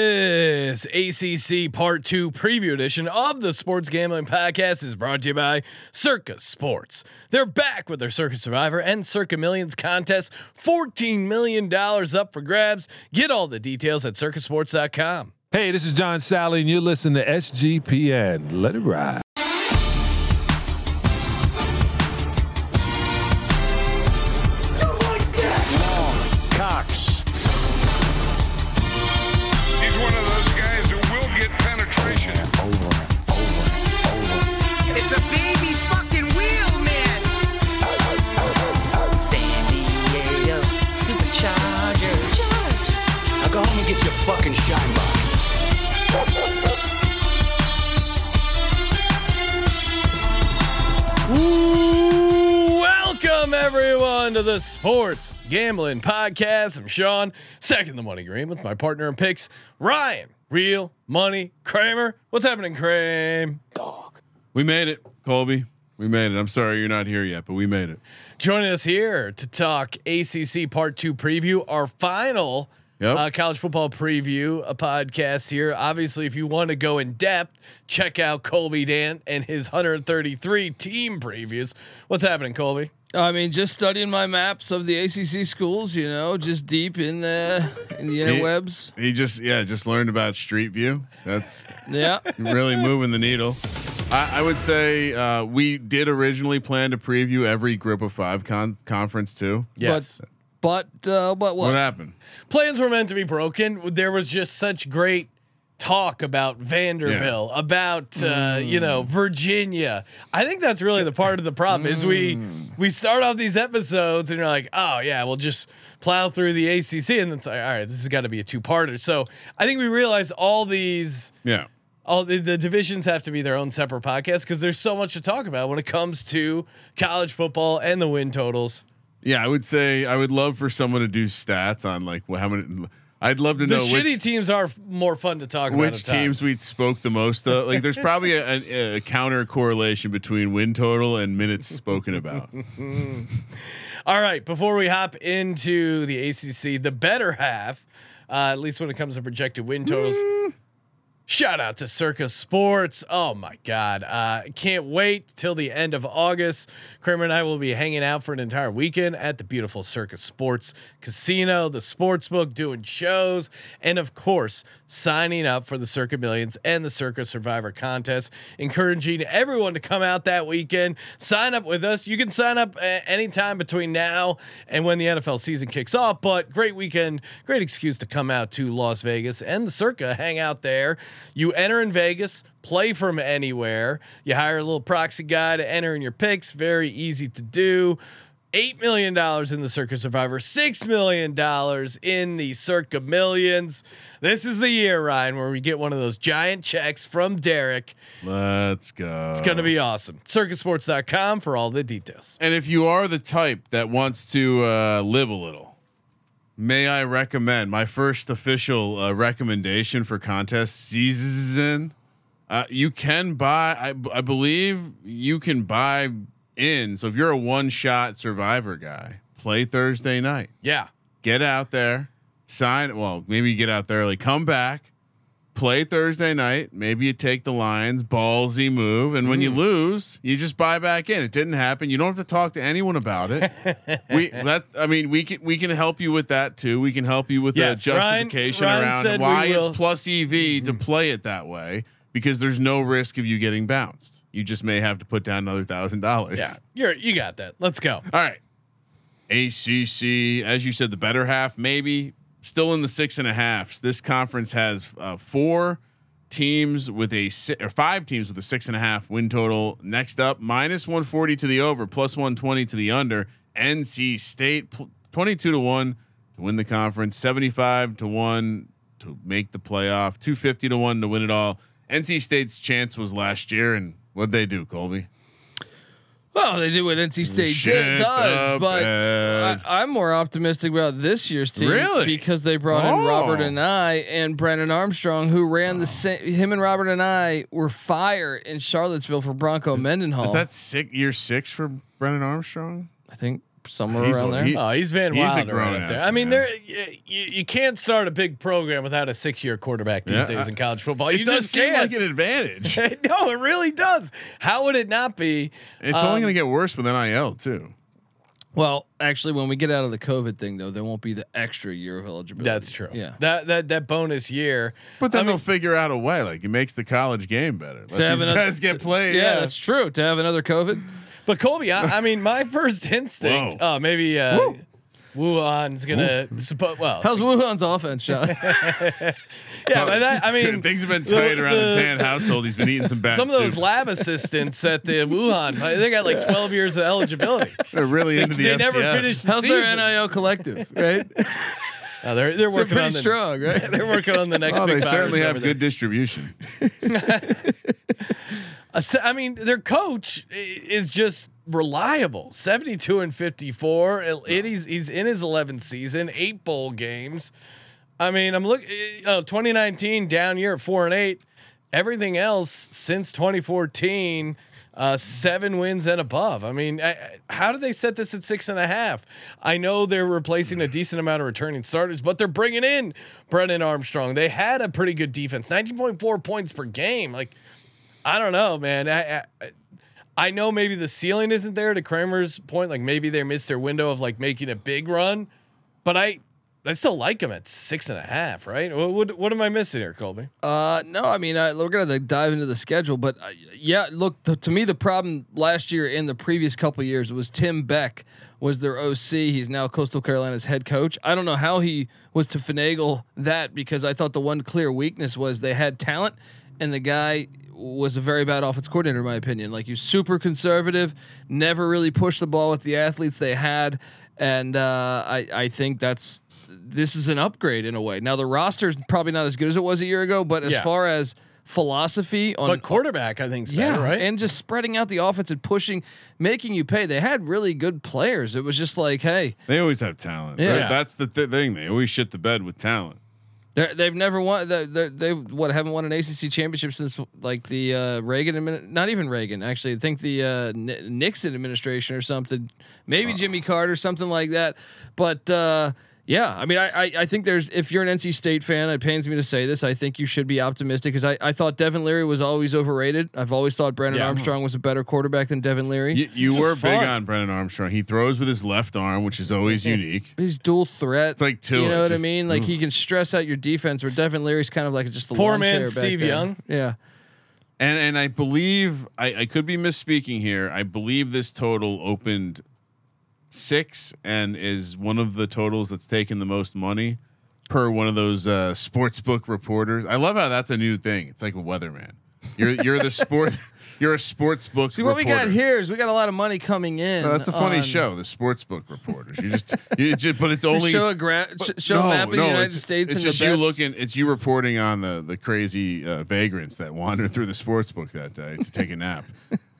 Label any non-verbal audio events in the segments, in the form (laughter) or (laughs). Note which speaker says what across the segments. Speaker 1: This ACC Part 2 preview edition of the Sports Gambling Podcast is brought to you by Circus Sports. They're back with their Circus Survivor and Circa Millions contest. $14 million up for grabs. Get all the details at circusports.com.
Speaker 2: Hey, this is John Sally, and you're listening to SGPN. Let it ride.
Speaker 3: Cox.
Speaker 4: He's one of those guys who will get penetration.
Speaker 5: It's a baby fucking wheel, man. San Diego Superchargers.
Speaker 6: Now go home and get your fucking shine box.
Speaker 1: Welcome everyone to the Sports Gambling Podcast. I'm Sean, second the money green with my partner in picks, Ryan. Real money, Kramer. What's happening, Kramer?
Speaker 7: We made it, Colby. We made it. I'm sorry you're not here yet, but we made it.
Speaker 1: Joining us here to talk ACC Part Two preview, our final
Speaker 7: Yep.
Speaker 1: uh, college football preview a podcast here. Obviously, if you want to go in depth, check out Colby Dan and his 133 team previews. What's happening, Colby?
Speaker 8: I mean, just studying my maps of the ACC schools, you know, just deep in the in the interwebs.
Speaker 7: He just yeah, just learned about Street View. That's
Speaker 8: Yeah,
Speaker 7: really moving the needle. I, I would say uh, we did originally plan to preview every Group of Five con- conference too.
Speaker 1: Yes.
Speaker 8: but uh, but
Speaker 7: What
Speaker 8: what?
Speaker 7: happened?
Speaker 1: plans were meant to be broken. There was just such great talk about Vanderbilt, about uh, you
Speaker 7: Mm.
Speaker 1: know Virginia. I think that's really the part of the problem is we
Speaker 7: Mm.
Speaker 1: we start off these episodes and you're like, oh yeah, we'll just plow through the ACC, and it's like, all right, this has got to be a two parter. So I think we realize all these
Speaker 7: Yeah.
Speaker 1: all the, the divisions have to be their own separate podcast because there's so much to talk about when it comes to college football and the win totals.
Speaker 7: Yeah, I would say I would love for someone to do stats on like well, how many. I'd love to
Speaker 1: The
Speaker 7: know
Speaker 1: shitty
Speaker 7: which,
Speaker 1: teams are f- more fun to talk about.
Speaker 7: which
Speaker 1: at times.
Speaker 7: teams we spoke the most of. Like, there's probably a, a, a counter correlation between win total and minutes
Speaker 1: (laughs)
Speaker 7: spoken about.
Speaker 1: All right, before we hop into the ACC, the better half, uh, at least when it comes to projected win totals. Shout out to Circus Sports. Oh my God. Uh, can't wait till the end of August. Kramer and I will be hanging out for an entire weekend at the beautiful Circus Sports Casino, the sports book, doing shows, and of course, signing up for the Circa Millions and the Circa Survivor contest. Encouraging everyone to come out that weekend. Sign up with us. You can sign up a- anytime between now and when the NFL season kicks off, but great weekend, great excuse to come out to Las Vegas and the Circa, hang out there. You enter in Vegas, play from anywhere. You hire a little proxy guy to enter in your picks. Very easy to do. Eight million dollars in the Circa Survivor, six million dollars in the Circa Millions. This is the year, Ryan, where we get one of those giant checks from Derek.
Speaker 7: Let's go.
Speaker 1: It's gonna be awesome. Circusports.com for all the details.
Speaker 7: And if you are the type that wants to uh, live a little, may I recommend my first official uh, recommendation for contest season? Uh, you can buy, I, b- I believe you can buy in. So if you're a one shot survivor guy, play Thursday night.
Speaker 1: Yeah.
Speaker 7: Get out there, sign. Well, maybe you get out there early, come back, play Thursday night. Maybe you take the Lions, ballsy move, and when you
Speaker 1: Mm.
Speaker 7: lose, you just buy back in. It didn't happen. You don't have to talk to anyone
Speaker 1: (laughs)
Speaker 7: about it. we that I mean, we can we can help you with that too. We can help you with
Speaker 1: Yes,
Speaker 7: a
Speaker 1: Ryan-
Speaker 7: justification
Speaker 1: Ryan said
Speaker 7: around why
Speaker 1: we will. Mm-hmm.
Speaker 7: it's plus EV to play it that way because there's no risk of you getting bounced. You just may have to put down another thousand dollars.
Speaker 1: Yeah. You're you got that. Let's go.
Speaker 7: All right. ACC, as you said, the better half, maybe still in the six and a halfs. This conference has uh, four teams with a si- or five teams with a six and a half win total. Next up, minus 140 to the over, plus 120 to the under. NC State, pl- 22 to 1 to win the conference, 75 to 1 to make the playoff, 250 to 1 to win it all. NC State's chance was last year, and what'd they do, Colby?
Speaker 8: Well, they do what NC State
Speaker 7: Shit
Speaker 8: did, does,
Speaker 7: the
Speaker 8: but
Speaker 7: bed.
Speaker 8: I, I'm more optimistic about this year's team
Speaker 7: Really?
Speaker 8: because they brought in Robert
Speaker 7: Oh.
Speaker 8: and I and Brandon Armstrong, who ran the same. Him and Robert and I were fire in Charlottesville for Bronco Mendenhall.
Speaker 7: Is that sick year six for Brennan Armstrong?
Speaker 8: I think somewhere
Speaker 7: He's-
Speaker 8: around there.
Speaker 7: he-
Speaker 1: Oh, he's Van
Speaker 7: He's a
Speaker 1: Wilder right up
Speaker 7: grown-ass
Speaker 1: there. I mean,
Speaker 7: man.
Speaker 1: there you, you can't start a big program without a six-year quarterback these
Speaker 7: Yeah,
Speaker 1: days
Speaker 7: I-
Speaker 1: in college football.
Speaker 7: It
Speaker 1: you
Speaker 7: does
Speaker 1: just
Speaker 7: seem
Speaker 1: can't.
Speaker 7: like an
Speaker 1: (laughs)
Speaker 7: advantage.
Speaker 1: no, it really does. How would it not be?
Speaker 7: It's
Speaker 1: Um,
Speaker 7: only going to get worse with NIL too.
Speaker 8: Well, actually, when we get out of the COVID thing, though, there won't be the extra year of eligibility.
Speaker 1: That's true.
Speaker 8: Yeah.
Speaker 1: That that that bonus year.
Speaker 7: But then they'll figure out a way. Like it makes the college game better. Let
Speaker 8: have
Speaker 7: these
Speaker 8: another-
Speaker 7: guys get played.
Speaker 8: yeah, that's true. To have another COVID,
Speaker 1: But Colby, I, I mean,
Speaker 7: (laughs)
Speaker 1: my first instinct,
Speaker 7: Whoa.
Speaker 1: uh, maybe uh, Wuhan's gonna suppo- well,
Speaker 8: how's Wuhan's offense,
Speaker 1: (laughs)
Speaker 8: Sean?
Speaker 1: yeah, but that, I mean,
Speaker 7: things have been tight around the, Tan household. He's been eating some bad.
Speaker 1: some of those
Speaker 7: soup.
Speaker 1: lab assistants at
Speaker 7: (laughs)
Speaker 1: the Wuhan, they got like 12 years of eligibility.
Speaker 7: They're
Speaker 1: (laughs)
Speaker 7: really into the
Speaker 1: they
Speaker 7: FCS.
Speaker 1: never finished the
Speaker 8: How's
Speaker 1: season.
Speaker 8: their NIL collective?
Speaker 1: (laughs)
Speaker 8: Right,
Speaker 1: No, Uh, they're they're
Speaker 8: they're
Speaker 1: working
Speaker 8: pretty
Speaker 1: on the,
Speaker 8: strong, right?
Speaker 1: They're working on the next.
Speaker 7: Oh,
Speaker 1: big
Speaker 7: they
Speaker 1: virus
Speaker 7: certainly
Speaker 1: over
Speaker 7: have
Speaker 1: there.
Speaker 7: good distribution.
Speaker 1: Uh, se- I mean, their coach i- is just reliable. Seventy-two and fifty-four. It, it- he's he's in his eleventh season, eight bowl games. I mean, I'm look. Uh, 2019 down year at four and eight. Everything else since 2014, uh, seven wins and above. I mean, I, I- how do they set this at six and a half? I know they're replacing a decent amount of returning starters, but they're bringing in Brennan Armstrong. They had a pretty good defense, 19.4 points per game. Like. I don't know, man. I, I I know maybe the ceiling isn't there to Kramer's point. Like maybe they missed their window of like making a big run, but I I still like them at six and a half, right? What what, what am I missing here, Colby?
Speaker 8: Uh, no, I mean, I, we're gonna like, dive into the schedule, but uh, yeah, look to, to me, the problem last year and the previous couple years was Tim Beck was their OC. He's now Coastal Carolina's head coach. I don't know how he was to finagle that because I thought the one clear weakness was they had talent, and the guy was a very bad offense coordinator, in my opinion. Like he's super conservative, never really pushed the ball with the athletes they had, and uh, I I think that's this is an upgrade in a way. Now the roster is probably not as good as it was a year ago, but as
Speaker 1: Yeah.
Speaker 8: far as philosophy on
Speaker 1: But quarterback, I think, is
Speaker 8: Um, yeah,
Speaker 1: better, right?
Speaker 8: and just spreading out the offense and pushing, making you pay. They had really good players. It was just like, hey,
Speaker 7: They always have talent.
Speaker 8: Yeah.
Speaker 7: Right? That's the th- thing. They always shit the bed with talent.
Speaker 8: they're- they've never won. They, they, they what haven't won an ACC championship since like the uh, Reagan admin, not even Reagan actually. I think the uh, N- Nixon administration or something, maybe Jimmy Carter, something like that. But uh, yeah, I mean, I, I I think there's if you're an NC State fan, it pains me to say this. I think you should be optimistic because I, I thought Devin Leary was always overrated. I've always thought Brandon
Speaker 1: Yeah.
Speaker 8: Armstrong was a better quarterback than Devin Leary.
Speaker 7: You, you
Speaker 1: just
Speaker 7: were
Speaker 1: fun.
Speaker 7: big on Brennan Armstrong. He throws with his left arm, which is always unique.
Speaker 8: He's dual threat. It's
Speaker 7: like two,
Speaker 8: You know
Speaker 7: it
Speaker 8: what I
Speaker 7: just-
Speaker 8: mean? Like he can stress out your defense. Where Devin Leary's kind of like just the
Speaker 1: Mm. Poor
Speaker 8: lawn
Speaker 1: man
Speaker 8: chair back
Speaker 1: Steve
Speaker 8: there.
Speaker 1: Young.
Speaker 8: Yeah,
Speaker 7: And and I believe I, I could be misspeaking here. I believe this total opened six and is one of the totals that's taken the most money per one of those uh, sports book reporters. I love how that's a new thing. It's like a weatherman. You're you're the sport. (laughs) You're a sports book.
Speaker 8: See what we got
Speaker 7: reporter.
Speaker 8: here is we got a lot of money coming in.
Speaker 7: No, that's a funny
Speaker 8: on-
Speaker 7: show, the sports book reporters. You just, you just, but it's
Speaker 8: We
Speaker 7: only
Speaker 8: show a gra- sh-
Speaker 7: but-
Speaker 8: show a map of the United
Speaker 7: it's-
Speaker 8: States
Speaker 7: It's
Speaker 8: and
Speaker 7: just
Speaker 8: the
Speaker 7: you
Speaker 8: bets.
Speaker 7: looking. It's you reporting on the the crazy uh, vagrants that wander through the sports book that day to take
Speaker 8: (laughs)
Speaker 7: a nap.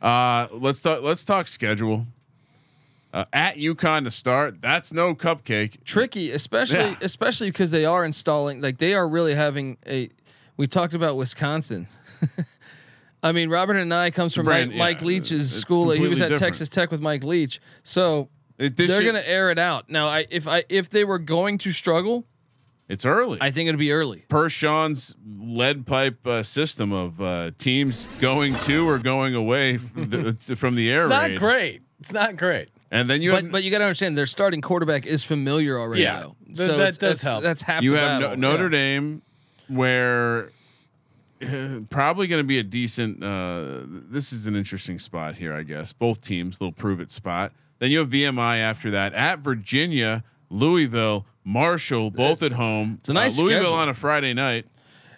Speaker 7: Uh, let's talk. Let's talk schedule. Uh, at UConn to start. That's no cupcake.
Speaker 8: tricky, especially
Speaker 7: Yeah.
Speaker 8: especially because they are installing like they are really having a. We talked about Wisconsin. (laughs) I mean, Robert and I comes from
Speaker 7: brand-
Speaker 8: Mike, Mike
Speaker 7: yeah,
Speaker 8: Leach's
Speaker 7: it's
Speaker 8: school. He was
Speaker 7: completely
Speaker 8: at
Speaker 7: different.
Speaker 8: Texas Tech with Mike Leach, so
Speaker 7: It- this
Speaker 8: they're
Speaker 7: year-
Speaker 8: going to air it out. Now, I, if I if they were going to struggle,
Speaker 7: It's early.
Speaker 8: I think it'd be early.
Speaker 7: per Sean's lead pipe uh, system of uh, teams going to or going away from the, (laughs) from the air
Speaker 1: it's not
Speaker 7: raid.
Speaker 1: great. It's not great.
Speaker 7: And then you have
Speaker 8: But but you got to understand their starting quarterback is familiar already.
Speaker 1: Yeah,
Speaker 8: though.
Speaker 1: th-
Speaker 8: so
Speaker 1: that
Speaker 8: it's-
Speaker 1: does
Speaker 8: that's,
Speaker 1: help.
Speaker 8: That's half.
Speaker 7: you
Speaker 8: the
Speaker 7: have no,
Speaker 8: battle.
Speaker 7: Notre
Speaker 8: Yeah.
Speaker 7: Dame, where (laughs) eh, probably going to be a decent. Uh, this is an interesting spot here, I guess. Both teams, little prove it spot. Then you have VMI after that at Virginia, Louisville, Marshall, both at home. It's
Speaker 8: a nice
Speaker 7: Louisville
Speaker 8: schedule.
Speaker 7: on a Friday night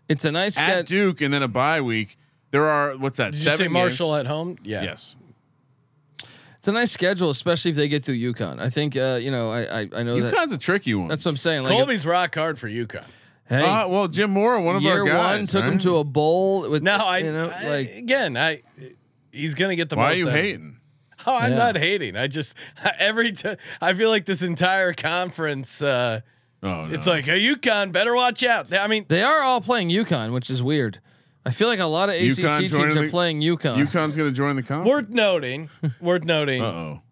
Speaker 8: It's a nice
Speaker 7: at
Speaker 8: schedule.
Speaker 7: Duke, and then a bye week. There are what's that?
Speaker 1: Did you
Speaker 7: seven
Speaker 1: say
Speaker 7: games?
Speaker 1: Marshall at home? Yeah.
Speaker 7: Yes.
Speaker 8: It's a nice schedule, especially if they get through UConn. I think uh, you know. I I, I know that.
Speaker 7: UConn's a tricky one.
Speaker 8: That's what I'm saying. Like,
Speaker 1: Colby's rock hard for UConn.
Speaker 8: hey,
Speaker 7: Uh, well, Jim Moore, one of
Speaker 8: year
Speaker 7: our guys,
Speaker 8: one took
Speaker 7: right?
Speaker 8: him to a bowl with.
Speaker 1: No, I,
Speaker 8: you know
Speaker 1: I-
Speaker 8: like
Speaker 1: again, I he's gonna get the.
Speaker 7: Why are
Speaker 1: most
Speaker 7: you
Speaker 1: out of it.
Speaker 7: hating?
Speaker 1: Oh, I'm
Speaker 8: Yeah.
Speaker 1: not hating. I just (laughs) every time I feel like this entire conference. uh
Speaker 7: Oh, no.
Speaker 1: It's like a UConn better watch out. I mean,
Speaker 8: they are all playing UConn, which is weird. I feel like a lot of ACC
Speaker 7: UConn
Speaker 8: teams
Speaker 7: joining
Speaker 8: are
Speaker 7: the-
Speaker 8: playing UConn. (laughs)
Speaker 7: UConn's going to join the conference.
Speaker 1: worth noting, worth noting.
Speaker 7: Uh oh.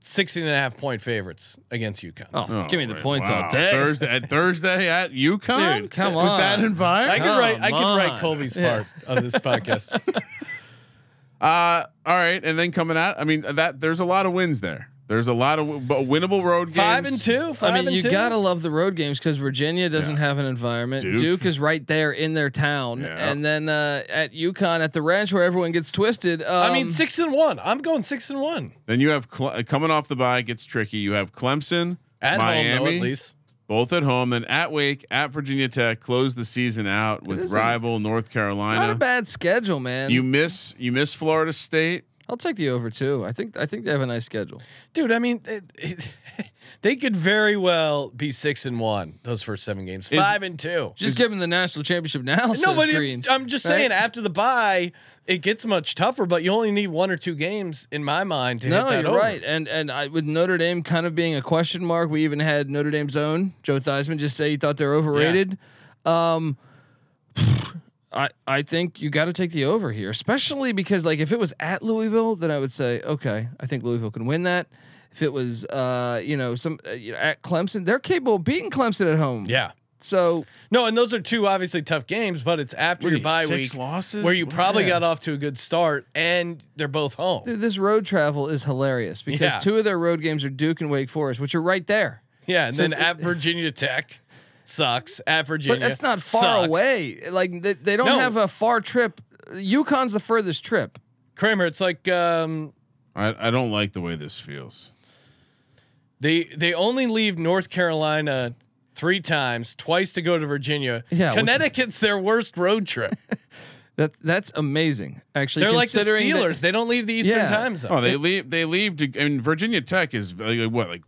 Speaker 1: 16 and a half point favorites against UConn.
Speaker 8: Oh, give me the
Speaker 7: right.
Speaker 8: points
Speaker 7: Wow.
Speaker 8: all day.
Speaker 7: Thursday at Thursday at UConn.
Speaker 8: Dude, come
Speaker 7: with that
Speaker 8: on.
Speaker 1: I
Speaker 7: environment.
Speaker 1: can write. I
Speaker 8: Come
Speaker 1: can write
Speaker 8: on.
Speaker 1: Colby's
Speaker 8: Yeah.
Speaker 1: part of this
Speaker 8: (laughs)
Speaker 1: podcast.
Speaker 7: Uh, all right, and then coming out. I mean that there's a lot of wins there. There's a lot of w- but winnable road games.
Speaker 1: Five and two. Five
Speaker 8: I mean,
Speaker 1: and
Speaker 8: you
Speaker 1: two.
Speaker 8: gotta love the road games because Virginia doesn't have an environment.
Speaker 7: Duke.
Speaker 8: Duke. is right there in their town,
Speaker 7: Yeah.
Speaker 8: and then uh, at UConn at the ranch where everyone gets twisted. Um,
Speaker 1: I mean, six and one. I'm going six and one
Speaker 7: Then you have Cle- uh, coming off the bye gets tricky. You have Clemson,
Speaker 1: at
Speaker 7: Miami,
Speaker 1: home, though, at least.
Speaker 7: both at home. Then at Wake, at Virginia Tech, close the season out with
Speaker 8: isn't-
Speaker 7: rival North
Speaker 8: not
Speaker 7: Carolina.
Speaker 8: a bad schedule, man.
Speaker 7: You miss you miss Florida State.
Speaker 8: I'll take the over too. I think I think they have a nice schedule.
Speaker 1: Dude, I mean, it, it, (laughs) they could very well be six and one those first seven games.
Speaker 7: Is-
Speaker 1: Five and two.
Speaker 8: Just give them the national championship now. says
Speaker 1: Nobody.
Speaker 8: Green.
Speaker 1: I'm just
Speaker 8: right?
Speaker 1: saying. After the bye, it gets much tougher. But you only need one or two games, in my mind, to hit
Speaker 8: No,
Speaker 1: that
Speaker 8: you're
Speaker 1: over.
Speaker 8: right. And and I, with Notre Dame kind of being a question mark, we even had Notre Dame's own Joe Theismann just say he thought they're overrated. Um, I I think you got to take the over here, especially because like if it was at Louisville, then I would say okay, I think Louisville can win that. If it was uh you know some uh, you know, at Clemson, they're capable of beating Clemson at home.
Speaker 1: Yeah.
Speaker 8: So
Speaker 1: No, and those are two obviously tough games, but it's after
Speaker 7: What are
Speaker 1: your
Speaker 7: you,
Speaker 1: bye
Speaker 7: six
Speaker 1: week
Speaker 7: losses?
Speaker 1: where you
Speaker 7: What-
Speaker 1: probably
Speaker 8: Yeah.
Speaker 1: got off to a good start, and they're both home.
Speaker 8: (laughs) dude, this road travel is hilarious because
Speaker 1: Yeah.
Speaker 8: two of their road games are Duke and Wake Forest, which are right there.
Speaker 1: Yeah, and
Speaker 8: So
Speaker 1: then
Speaker 8: it-
Speaker 1: at Virginia Tech sucks. At Virginia,
Speaker 8: But that's not far
Speaker 1: sucks.
Speaker 8: away. Like they, they don't
Speaker 1: No.
Speaker 8: have a far trip. Yukon's the furthest trip.
Speaker 1: Kramer, it's like um,
Speaker 7: I, I don't like the way this feels.
Speaker 1: they they only leave North Carolina three times, twice to go to Virginia.
Speaker 8: Yeah, which-
Speaker 1: Connecticut's their worst road
Speaker 8: (laughs)
Speaker 1: trip.
Speaker 8: That that's amazing. Actually,
Speaker 1: They're like the
Speaker 8: considering that-
Speaker 1: Steelers; they don't leave the Eastern
Speaker 8: Yeah.
Speaker 1: Time Zone.
Speaker 7: Oh, they leave. They leave to. I mean, Virginia Tech is uh, like, what, like,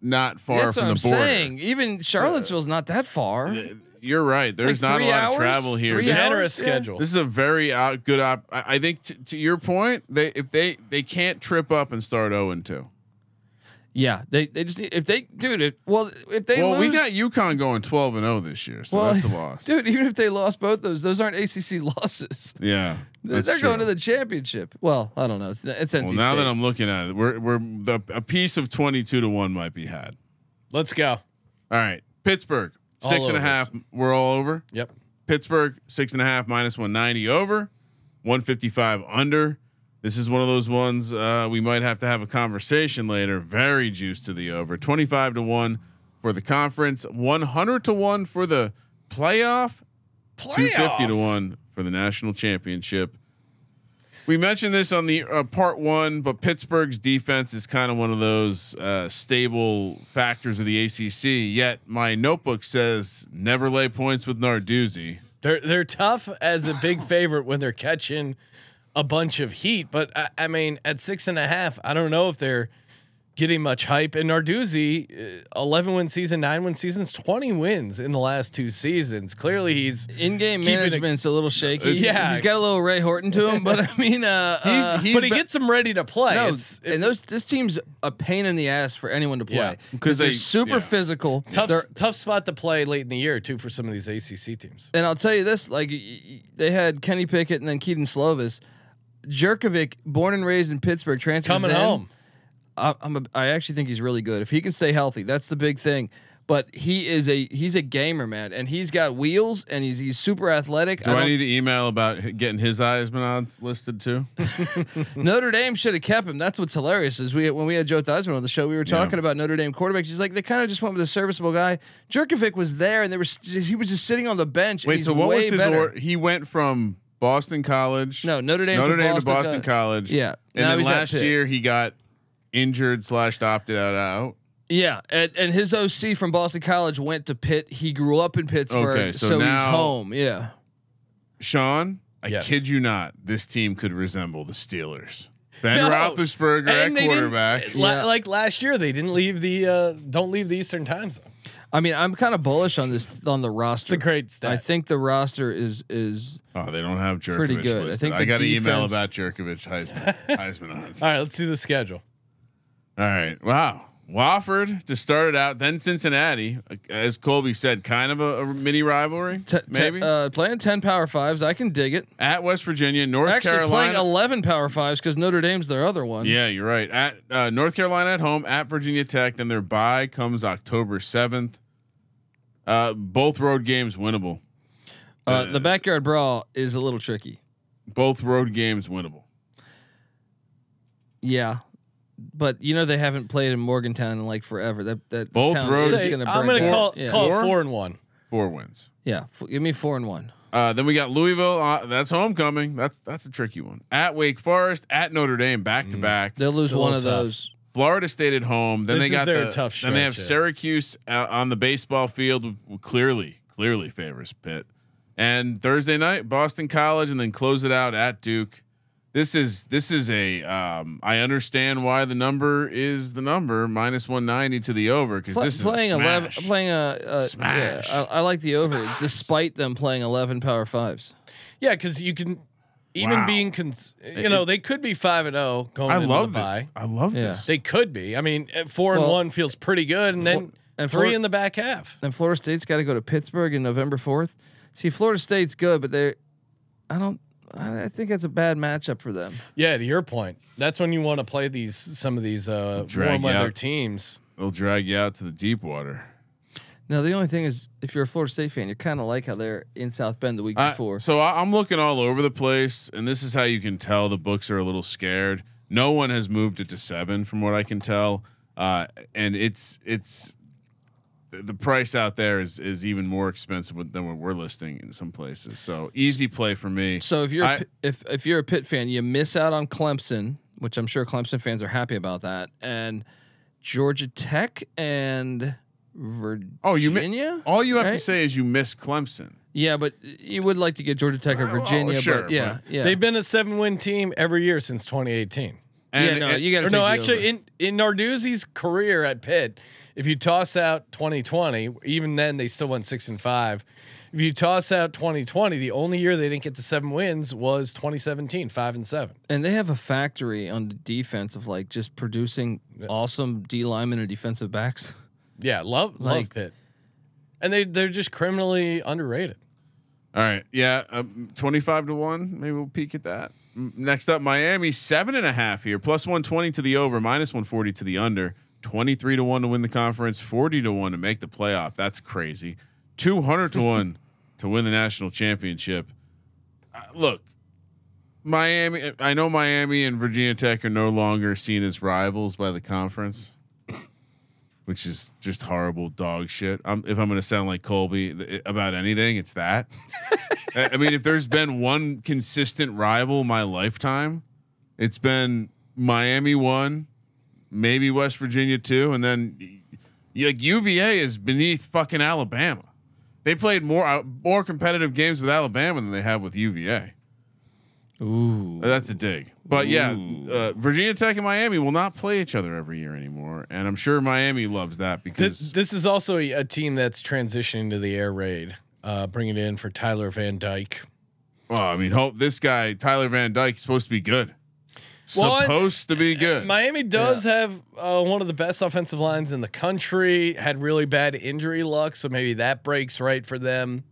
Speaker 7: not far
Speaker 8: that's
Speaker 7: from
Speaker 8: what I'm
Speaker 7: the border.
Speaker 8: saying. Even Charlottesville's not that far.
Speaker 7: You're right. There's
Speaker 8: like
Speaker 7: not a
Speaker 8: three
Speaker 7: lot
Speaker 8: hours?
Speaker 7: of travel here.
Speaker 8: Three
Speaker 7: This,
Speaker 8: hours?
Speaker 1: generous
Speaker 8: yeah.
Speaker 1: schedule.
Speaker 7: this is a very out, good op. I, I think t- to your point, they if they they can't trip up and start zero and two.
Speaker 8: Yeah, they they just need, if they dude it well if they
Speaker 7: Well, we
Speaker 8: lose-
Speaker 7: got UConn going twelve and zero this year, so
Speaker 8: well, (laughs)
Speaker 7: that's a loss.
Speaker 8: dude. Even if they lost both those, those aren't ACC (laughs) losses.
Speaker 7: yeah,
Speaker 8: They're,
Speaker 7: that's
Speaker 8: they're going to
Speaker 7: true.
Speaker 8: the championship. Well, I don't know. It's, it's NC
Speaker 7: Well, now
Speaker 8: State.
Speaker 7: that I'm looking at it, we're we're the, a piece of twenty two to one might be had.
Speaker 1: Let's go.
Speaker 7: All right, Pittsburgh
Speaker 1: All
Speaker 7: six and a
Speaker 1: overs.
Speaker 7: half. We're all over.
Speaker 1: Yep.
Speaker 7: Pittsburgh six and a half minus one ninety over, one fifty five under. This is one of those ones uh, we might have to have a conversation later. Very juiced to the over, twenty five to one for the conference, one hundred to one for the playoff, two fifty to
Speaker 1: Playoffs.
Speaker 7: one for the national championship. We mentioned this on the uh, part one, but Pittsburgh's defense is kind of one of those uh, stable factors of the ACC. Yet my notebook says never lay points with Narduzzi.
Speaker 1: They're they're tough as a big favorite when they're catching a bunch of heat, but I, I mean at six and a half, I don't know if they're getting much hype. And Narduzzi, uh, eleven win season, nine win seasons, twenty wins in the last two seasons. Clearly, he's
Speaker 8: in-game
Speaker 1: keeping it-
Speaker 8: management's a little shaky.
Speaker 1: Yeah.
Speaker 8: he's got a little Ray Horton to him, but I mean, uh,
Speaker 7: He's,
Speaker 8: uh,
Speaker 7: he's
Speaker 1: but he gets them ready to play.
Speaker 8: No,
Speaker 1: it's it-
Speaker 8: and those this team's a pain in the ass for anyone to play
Speaker 1: Yeah,
Speaker 8: because
Speaker 7: they-
Speaker 8: they're super
Speaker 7: yeah.
Speaker 8: physical.
Speaker 1: tough
Speaker 8: They're-
Speaker 1: tough spot to play late in the year too for some of these ACC teams.
Speaker 8: and I'll tell you this: like y- y- they had Kenny Pickett and then Keaton Slovis. Jerkovic, born and raised in Pittsburgh, transfers
Speaker 1: Coming
Speaker 8: in.
Speaker 1: home,
Speaker 8: I, I'm a, I actually think he's really good if he can stay healthy. That's the big thing. But he is a he's a gamer, man, and he's got wheels and he's he's super athletic.
Speaker 7: Do I,
Speaker 8: don't-
Speaker 7: need an email about h- getting his Eisman odds
Speaker 8: (laughs)
Speaker 7: listed too?
Speaker 8: Notre Dame should have kept him. That's what's hilarious is we when we had Joe Theismann on the show, we were talking about Notre Dame quarterbacks. He's like they kind of just went with a serviceable guy. Jerkovic was there, and they were st- he was just sitting on the bench. and
Speaker 7: Wait,
Speaker 8: he's
Speaker 7: so what
Speaker 8: way
Speaker 7: was his
Speaker 8: better.
Speaker 7: order? He went from Boston College.
Speaker 8: No, Notre Dame to
Speaker 7: Notre Dame to
Speaker 8: Boston
Speaker 7: Boston
Speaker 8: Co-
Speaker 7: College.
Speaker 8: Yeah.
Speaker 7: And
Speaker 8: Now
Speaker 7: then
Speaker 8: he's at
Speaker 7: last
Speaker 8: Pitt.
Speaker 7: year he got injured slash opted out out.
Speaker 8: Yeah, and, and his OC from Boston College went to Pitt. He grew up in Pittsburgh,
Speaker 7: Okay, so
Speaker 8: so, he's
Speaker 7: now-
Speaker 8: home. Yeah,
Speaker 7: Sean, I
Speaker 1: Yes.
Speaker 7: kid you not, this team could resemble the Steelers. Ben
Speaker 1: No.
Speaker 7: Roethlisberger at
Speaker 1: And they didn't-
Speaker 7: quarterback.
Speaker 1: la-
Speaker 8: Yeah.
Speaker 1: Like last year, they didn't leave the uh, don't leave the Eastern Time Zone.
Speaker 8: I mean, I'm kind of bullish on this on the roster.
Speaker 1: It's a great stat.
Speaker 8: I think the roster is is
Speaker 7: Oh, they don't have Jerkovich
Speaker 8: Pretty good. I
Speaker 7: listed. I,
Speaker 8: think the
Speaker 7: got an email
Speaker 8: defense- (laughs)
Speaker 7: about Jerkovich Heisman Heisman odds.
Speaker 1: All right, let's do the schedule.
Speaker 7: All right. Wow. Wofford to start it out, then Cincinnati, as Colby said, kind of a, a mini rivalry,
Speaker 8: T-
Speaker 7: maybe
Speaker 8: uh, playing ten power fives. I can dig it.
Speaker 7: at West Virginia, North
Speaker 8: Actually,
Speaker 7: Carolina.
Speaker 8: playing eleven power fives because Notre Dame's their other one.
Speaker 7: yeah, you're right. At uh, North Carolina at home, at Virginia Tech, then their bye comes October seventh. Uh, both road games winnable.
Speaker 8: Uh, the backyard brawl is a little tricky.
Speaker 7: Both road games winnable.
Speaker 8: Yeah, but you know they haven't played in Morgantown in like forever. That that
Speaker 7: Both
Speaker 8: town
Speaker 7: roads-
Speaker 8: is
Speaker 1: Say,
Speaker 8: gonna
Speaker 1: I'm
Speaker 8: burn
Speaker 1: gonna
Speaker 8: down.
Speaker 1: call
Speaker 8: Yeah.
Speaker 1: call
Speaker 7: Four?
Speaker 1: it four and one.
Speaker 7: Four wins.
Speaker 8: Yeah, f- give me four and one.
Speaker 7: Uh, then we got Louisville. Uh, that's homecoming. That's that's a tricky one. At Wake Forest, at Notre Dame, back to back.
Speaker 8: Mm. They'll lose
Speaker 1: Still
Speaker 8: one of
Speaker 1: tough.
Speaker 8: those.
Speaker 7: Florida State at home. Then
Speaker 1: This
Speaker 7: they
Speaker 1: is
Speaker 7: got
Speaker 1: their
Speaker 7: the,
Speaker 1: tough
Speaker 7: Then they have
Speaker 1: stretch, yeah.
Speaker 7: Syracuse uh, on the baseball field. w- w- Clearly, clearly favors Pitt. And Thursday night, Boston College, and then close it out at Duke. This is this is a. Um, I understand why the number is the number minus one ninety to the over because
Speaker 8: Pl-
Speaker 7: this is
Speaker 8: playing
Speaker 7: a
Speaker 8: eleven,
Speaker 7: smash.
Speaker 8: playing a, a
Speaker 7: Smash.
Speaker 8: Yeah, I, I like the over, despite them playing eleven power fives.
Speaker 1: Yeah, because you can even
Speaker 7: Wow.
Speaker 1: being cons- you know they could be five and zero going.
Speaker 7: I
Speaker 1: into
Speaker 7: love
Speaker 1: the
Speaker 7: this.
Speaker 1: bye.
Speaker 7: I love
Speaker 8: Yeah.
Speaker 7: this.
Speaker 1: They could be. I mean, at four and
Speaker 8: Well,
Speaker 1: one feels pretty good, and then
Speaker 8: and
Speaker 1: three
Speaker 8: four-
Speaker 1: in the back half.
Speaker 8: And Florida State's got to go to Pittsburgh in November fourth. See, Florida State's good, but they, I don't. I I think that's a bad matchup for them.
Speaker 1: Yeah, to your point, that's when you want to play these some of these uh,
Speaker 7: Drag
Speaker 1: warm
Speaker 7: you
Speaker 1: weather
Speaker 7: out.
Speaker 1: teams.
Speaker 7: They'll drag you out to the deep water.
Speaker 8: Now, the only thing is, if you're a Florida State fan, you're kind of like how they're in South Bend the week
Speaker 7: I-
Speaker 8: before.
Speaker 7: so I, I'm looking all over the place, and this is how you can tell the books are a little scared. No one has moved it to seven, from what I can tell, uh, and it's it's the the price out there is is even more expensive with- than what we're listing in some places. So easy play for me.
Speaker 8: So if you're a
Speaker 7: I-
Speaker 8: Pi- if if you're a Pitt fan, you miss out on Clemson, which I'm sure Clemson fans are happy about that, and Georgia Tech and Virginia.
Speaker 7: oh, you mi- all you have to
Speaker 8: right?
Speaker 7: say is you miss Clemson.
Speaker 8: yeah, but you would like to get Georgia Tech or
Speaker 7: Well,
Speaker 8: Virginia,
Speaker 7: Oh, sure,
Speaker 8: but yeah,
Speaker 7: but
Speaker 8: yeah.
Speaker 1: They've been a seven win team every year since 2018.
Speaker 7: And,
Speaker 8: yeah, no,
Speaker 7: and-
Speaker 8: you got
Speaker 1: Or
Speaker 8: to
Speaker 1: no, actually, in in Narduzzi's career at Pitt, if you toss out 2020, even then they still went six and five. If you toss out 2020, the only year they didn't get to seven wins was 2017, five and seven.
Speaker 8: and they have a factory on the defense of like just producing awesome D linemen and defensive backs.
Speaker 1: Yeah, love love
Speaker 8: Like-
Speaker 1: Pitt, and they they're just criminally underrated.
Speaker 7: all right, yeah, um, twenty-five to one. Maybe we'll peek at that. M- Next up, Miami seven and a half here, plus one twenty to the over, minus one forty to the under. Twenty three to one to win the conference, forty to one to make the playoff. That's crazy. Two hundred to one to win the national championship. Uh, look, Miami. I know Miami and Virginia Tech are no longer seen as rivals by the conference, which is just horrible dog shit. i if I'm going to sound like Colby th- about anything, it's that. I I mean, if there's been one consistent rival my lifetime, it's been Miami one, maybe West Virginia two, and then y- like UVA is beneath fucking Alabama. They played more uh, more competitive games with Alabama than they have with UVA. Ooh, that's a dig. But yeah, uh, Virginia Tech and Miami will not play each other every year anymore, and I'm sure Miami loves that because
Speaker 1: This, this is also a, a team that's transitioning to the air raid, uh, bringing in for Tyler Van Dyke.
Speaker 7: Well, I mean, hope this guy Tyler Van Dyke is supposed to be good.
Speaker 1: Well, I-
Speaker 7: supposed to be
Speaker 1: (laughs)
Speaker 7: good.
Speaker 1: Miami does have uh, one of the best offensive lines in the country. Had really bad injury luck, so maybe that breaks right for them.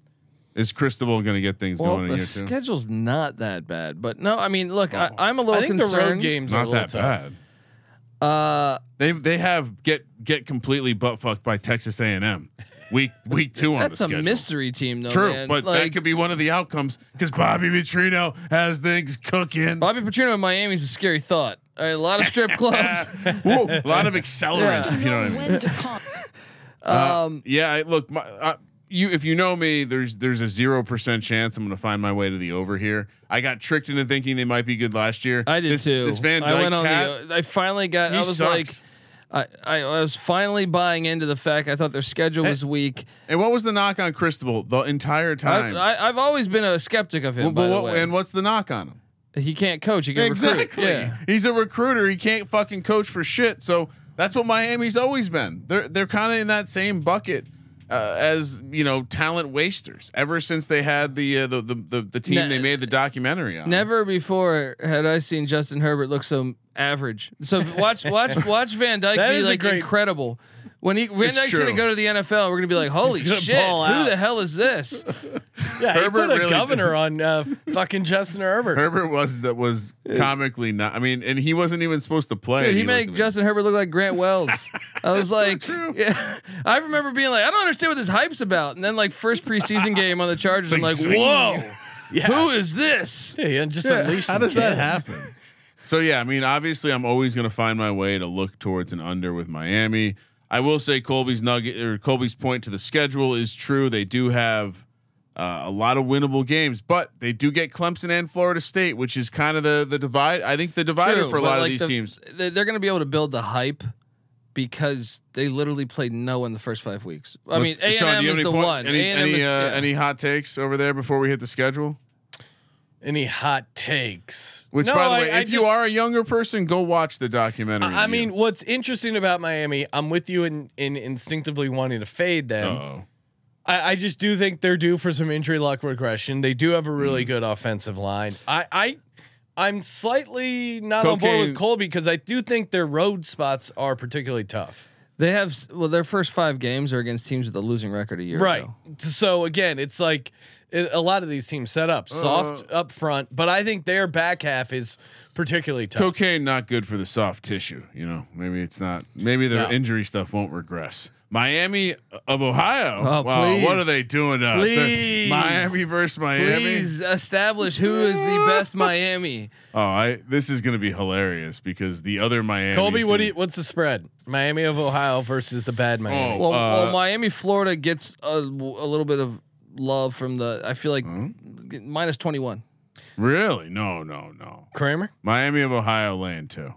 Speaker 7: is Cristobal going to get things
Speaker 8: Well,
Speaker 7: going in
Speaker 8: the
Speaker 7: year two?
Speaker 8: schedule's not that bad, but no, I mean, look, I, I'm a little
Speaker 1: I think the road
Speaker 8: concerned.
Speaker 1: games are a
Speaker 7: Not
Speaker 1: little
Speaker 7: that
Speaker 1: tough.
Speaker 7: bad.
Speaker 8: Uh,
Speaker 7: They they have get get completely butt fucked by Texas A and M week week two on
Speaker 8: that's
Speaker 7: the
Speaker 8: a
Speaker 7: schedule.
Speaker 8: mystery team, though.
Speaker 7: True,
Speaker 8: man.
Speaker 7: but that
Speaker 8: Like,
Speaker 7: could be one of the outcomes because Bobby Petrino has things cooking.
Speaker 8: Bobby Petrino in Miami is a scary thought. All right, a lot
Speaker 1: (laughs)
Speaker 8: of strip clubs.
Speaker 7: Woo, (laughs) a lot of accelerants,
Speaker 8: Yeah.
Speaker 7: if you know what I mean. (laughs) Uh,
Speaker 8: Um,
Speaker 7: Yeah, I, look, my, uh, you if you know me, there's there's a zero percent chance I'm going to find my way to the over here. I got tricked into thinking they might be good last year.
Speaker 8: I did
Speaker 7: this,
Speaker 8: too.
Speaker 7: This Van Dyke
Speaker 8: I went on
Speaker 7: cat,
Speaker 8: the. uh, I finally got.
Speaker 7: he
Speaker 8: I was
Speaker 7: sucks.
Speaker 8: like, I, I I was finally buying into the fact. I thought their schedule was weak.
Speaker 7: and what was the knock on Cristobal the entire
Speaker 8: I,
Speaker 7: time?
Speaker 8: I, I've always been a skeptic of him.
Speaker 7: Well,
Speaker 8: by
Speaker 7: but
Speaker 8: the
Speaker 7: what-
Speaker 8: way.
Speaker 7: and what's the knock on him?
Speaker 8: he can't coach. He can
Speaker 7: Exactly.
Speaker 8: recruit. Yeah.
Speaker 7: He's a recruiter. He can't fucking coach for shit. So that's what Miami's always been. They're they're kind of in that same bucket. uh, as you know talent wasters ever since they had the uh, the, the the the team
Speaker 8: Ne-
Speaker 7: they made the documentary on.
Speaker 8: Never before had I seen Justin Herbert look so average. So watch, watch,
Speaker 7: (laughs)
Speaker 8: watch Van Dyke
Speaker 1: That
Speaker 8: be
Speaker 1: is a
Speaker 8: like
Speaker 1: great-
Speaker 8: incredible. When he Van
Speaker 7: It's
Speaker 8: Dyke's gonna
Speaker 7: true.
Speaker 8: go to the NFL, we're gonna be like, holy
Speaker 1: He's gonna
Speaker 8: shit, who
Speaker 1: ball out."
Speaker 8: the hell is this?
Speaker 1: Yeah,
Speaker 7: Herbert
Speaker 1: he put a
Speaker 7: really
Speaker 1: governor on uh, (laughs) fucking Justin Herbert.
Speaker 7: Herbert was that was comically not. I mean, and he wasn't even supposed to play.
Speaker 8: Dude,
Speaker 7: and
Speaker 8: he
Speaker 7: looked
Speaker 8: made
Speaker 7: at me.
Speaker 8: Justin Herbert look like Grant
Speaker 7: (laughs)
Speaker 8: Wells. I was like,
Speaker 7: true.
Speaker 8: yeah. I remember being like, I don't understand what this hype's about. And then like first preseason game on the Chargers, I'm like,
Speaker 7: It's like, (laughs)
Speaker 8: whoa,
Speaker 1: Yeah.
Speaker 8: who is this?
Speaker 1: Yeah, and just unleash.
Speaker 2: How
Speaker 1: some
Speaker 2: does that
Speaker 1: kids.
Speaker 2: happen?
Speaker 7: So yeah, I mean, obviously, I'm always going to find my way to look towards an under with Miami. I will say Colby's nugget or Colby's point to the schedule is true. They do have uh, a lot of winnable games, but they do get Clemson and Florida State, which is kind of the the divide. I think the divider
Speaker 8: True,
Speaker 7: for a
Speaker 8: but,
Speaker 7: lot of
Speaker 8: like,
Speaker 7: these
Speaker 8: the-
Speaker 7: teams.
Speaker 8: they- they're going to be able to build the hype because they literally played no in the first five weeks. I mean, A
Speaker 7: Let's- Sean,
Speaker 8: and M
Speaker 7: do you
Speaker 8: is
Speaker 7: have any
Speaker 8: the
Speaker 7: point-
Speaker 8: one.
Speaker 7: Any
Speaker 8: A&M
Speaker 7: any,
Speaker 8: is-
Speaker 7: uh,
Speaker 8: yeah.
Speaker 7: any hot takes over there before we hit the schedule?
Speaker 1: Any hot takes?
Speaker 7: Which,
Speaker 1: No,
Speaker 7: by the
Speaker 1: I-
Speaker 7: way,
Speaker 1: I
Speaker 7: if you
Speaker 1: just-
Speaker 7: are a younger person, go watch the documentary.
Speaker 1: I I mean, what's interesting about Miami? I'm with you in in instinctively wanting to fade them.
Speaker 7: oh,
Speaker 1: I, I just do think they're due for some injury luck regression. They do have a really
Speaker 7: Mm.
Speaker 1: good offensive line. I, I I'm slightly not on board
Speaker 7: Cocaine-
Speaker 1: with Colby because I do think their road spots are particularly tough.
Speaker 8: they have s- well, their first five games are against teams with a losing record a year
Speaker 1: Right.
Speaker 8: ago.
Speaker 1: So again, it's like it, a lot of these teams set up
Speaker 7: Uh-huh.
Speaker 1: soft up front, but I think their back half is particularly tough.
Speaker 7: cocaine not good for the soft tissue. You know, maybe it's not. Maybe their
Speaker 1: No.
Speaker 7: injury stuff won't regress. Miami of Ohio.
Speaker 8: Oh,
Speaker 7: wow, what
Speaker 8: please.
Speaker 7: are they doing to us? They're-
Speaker 8: Please.
Speaker 7: Miami versus Miami.
Speaker 8: Please establish who is the
Speaker 7: (laughs)
Speaker 8: best Miami.
Speaker 7: Oh, I this is gonna be hilarious because the other Miami.
Speaker 1: Colby,
Speaker 7: is
Speaker 1: what do
Speaker 7: gonna-
Speaker 1: you, what's the spread? Miami of Ohio versus the bad Miami.
Speaker 8: Well,
Speaker 7: Uh,
Speaker 8: well, Miami, Florida gets a, a little bit of love from the. I feel like g- minus twenty one.
Speaker 7: really? No, no, no.
Speaker 1: Kramer,
Speaker 7: Miami of Ohio land too.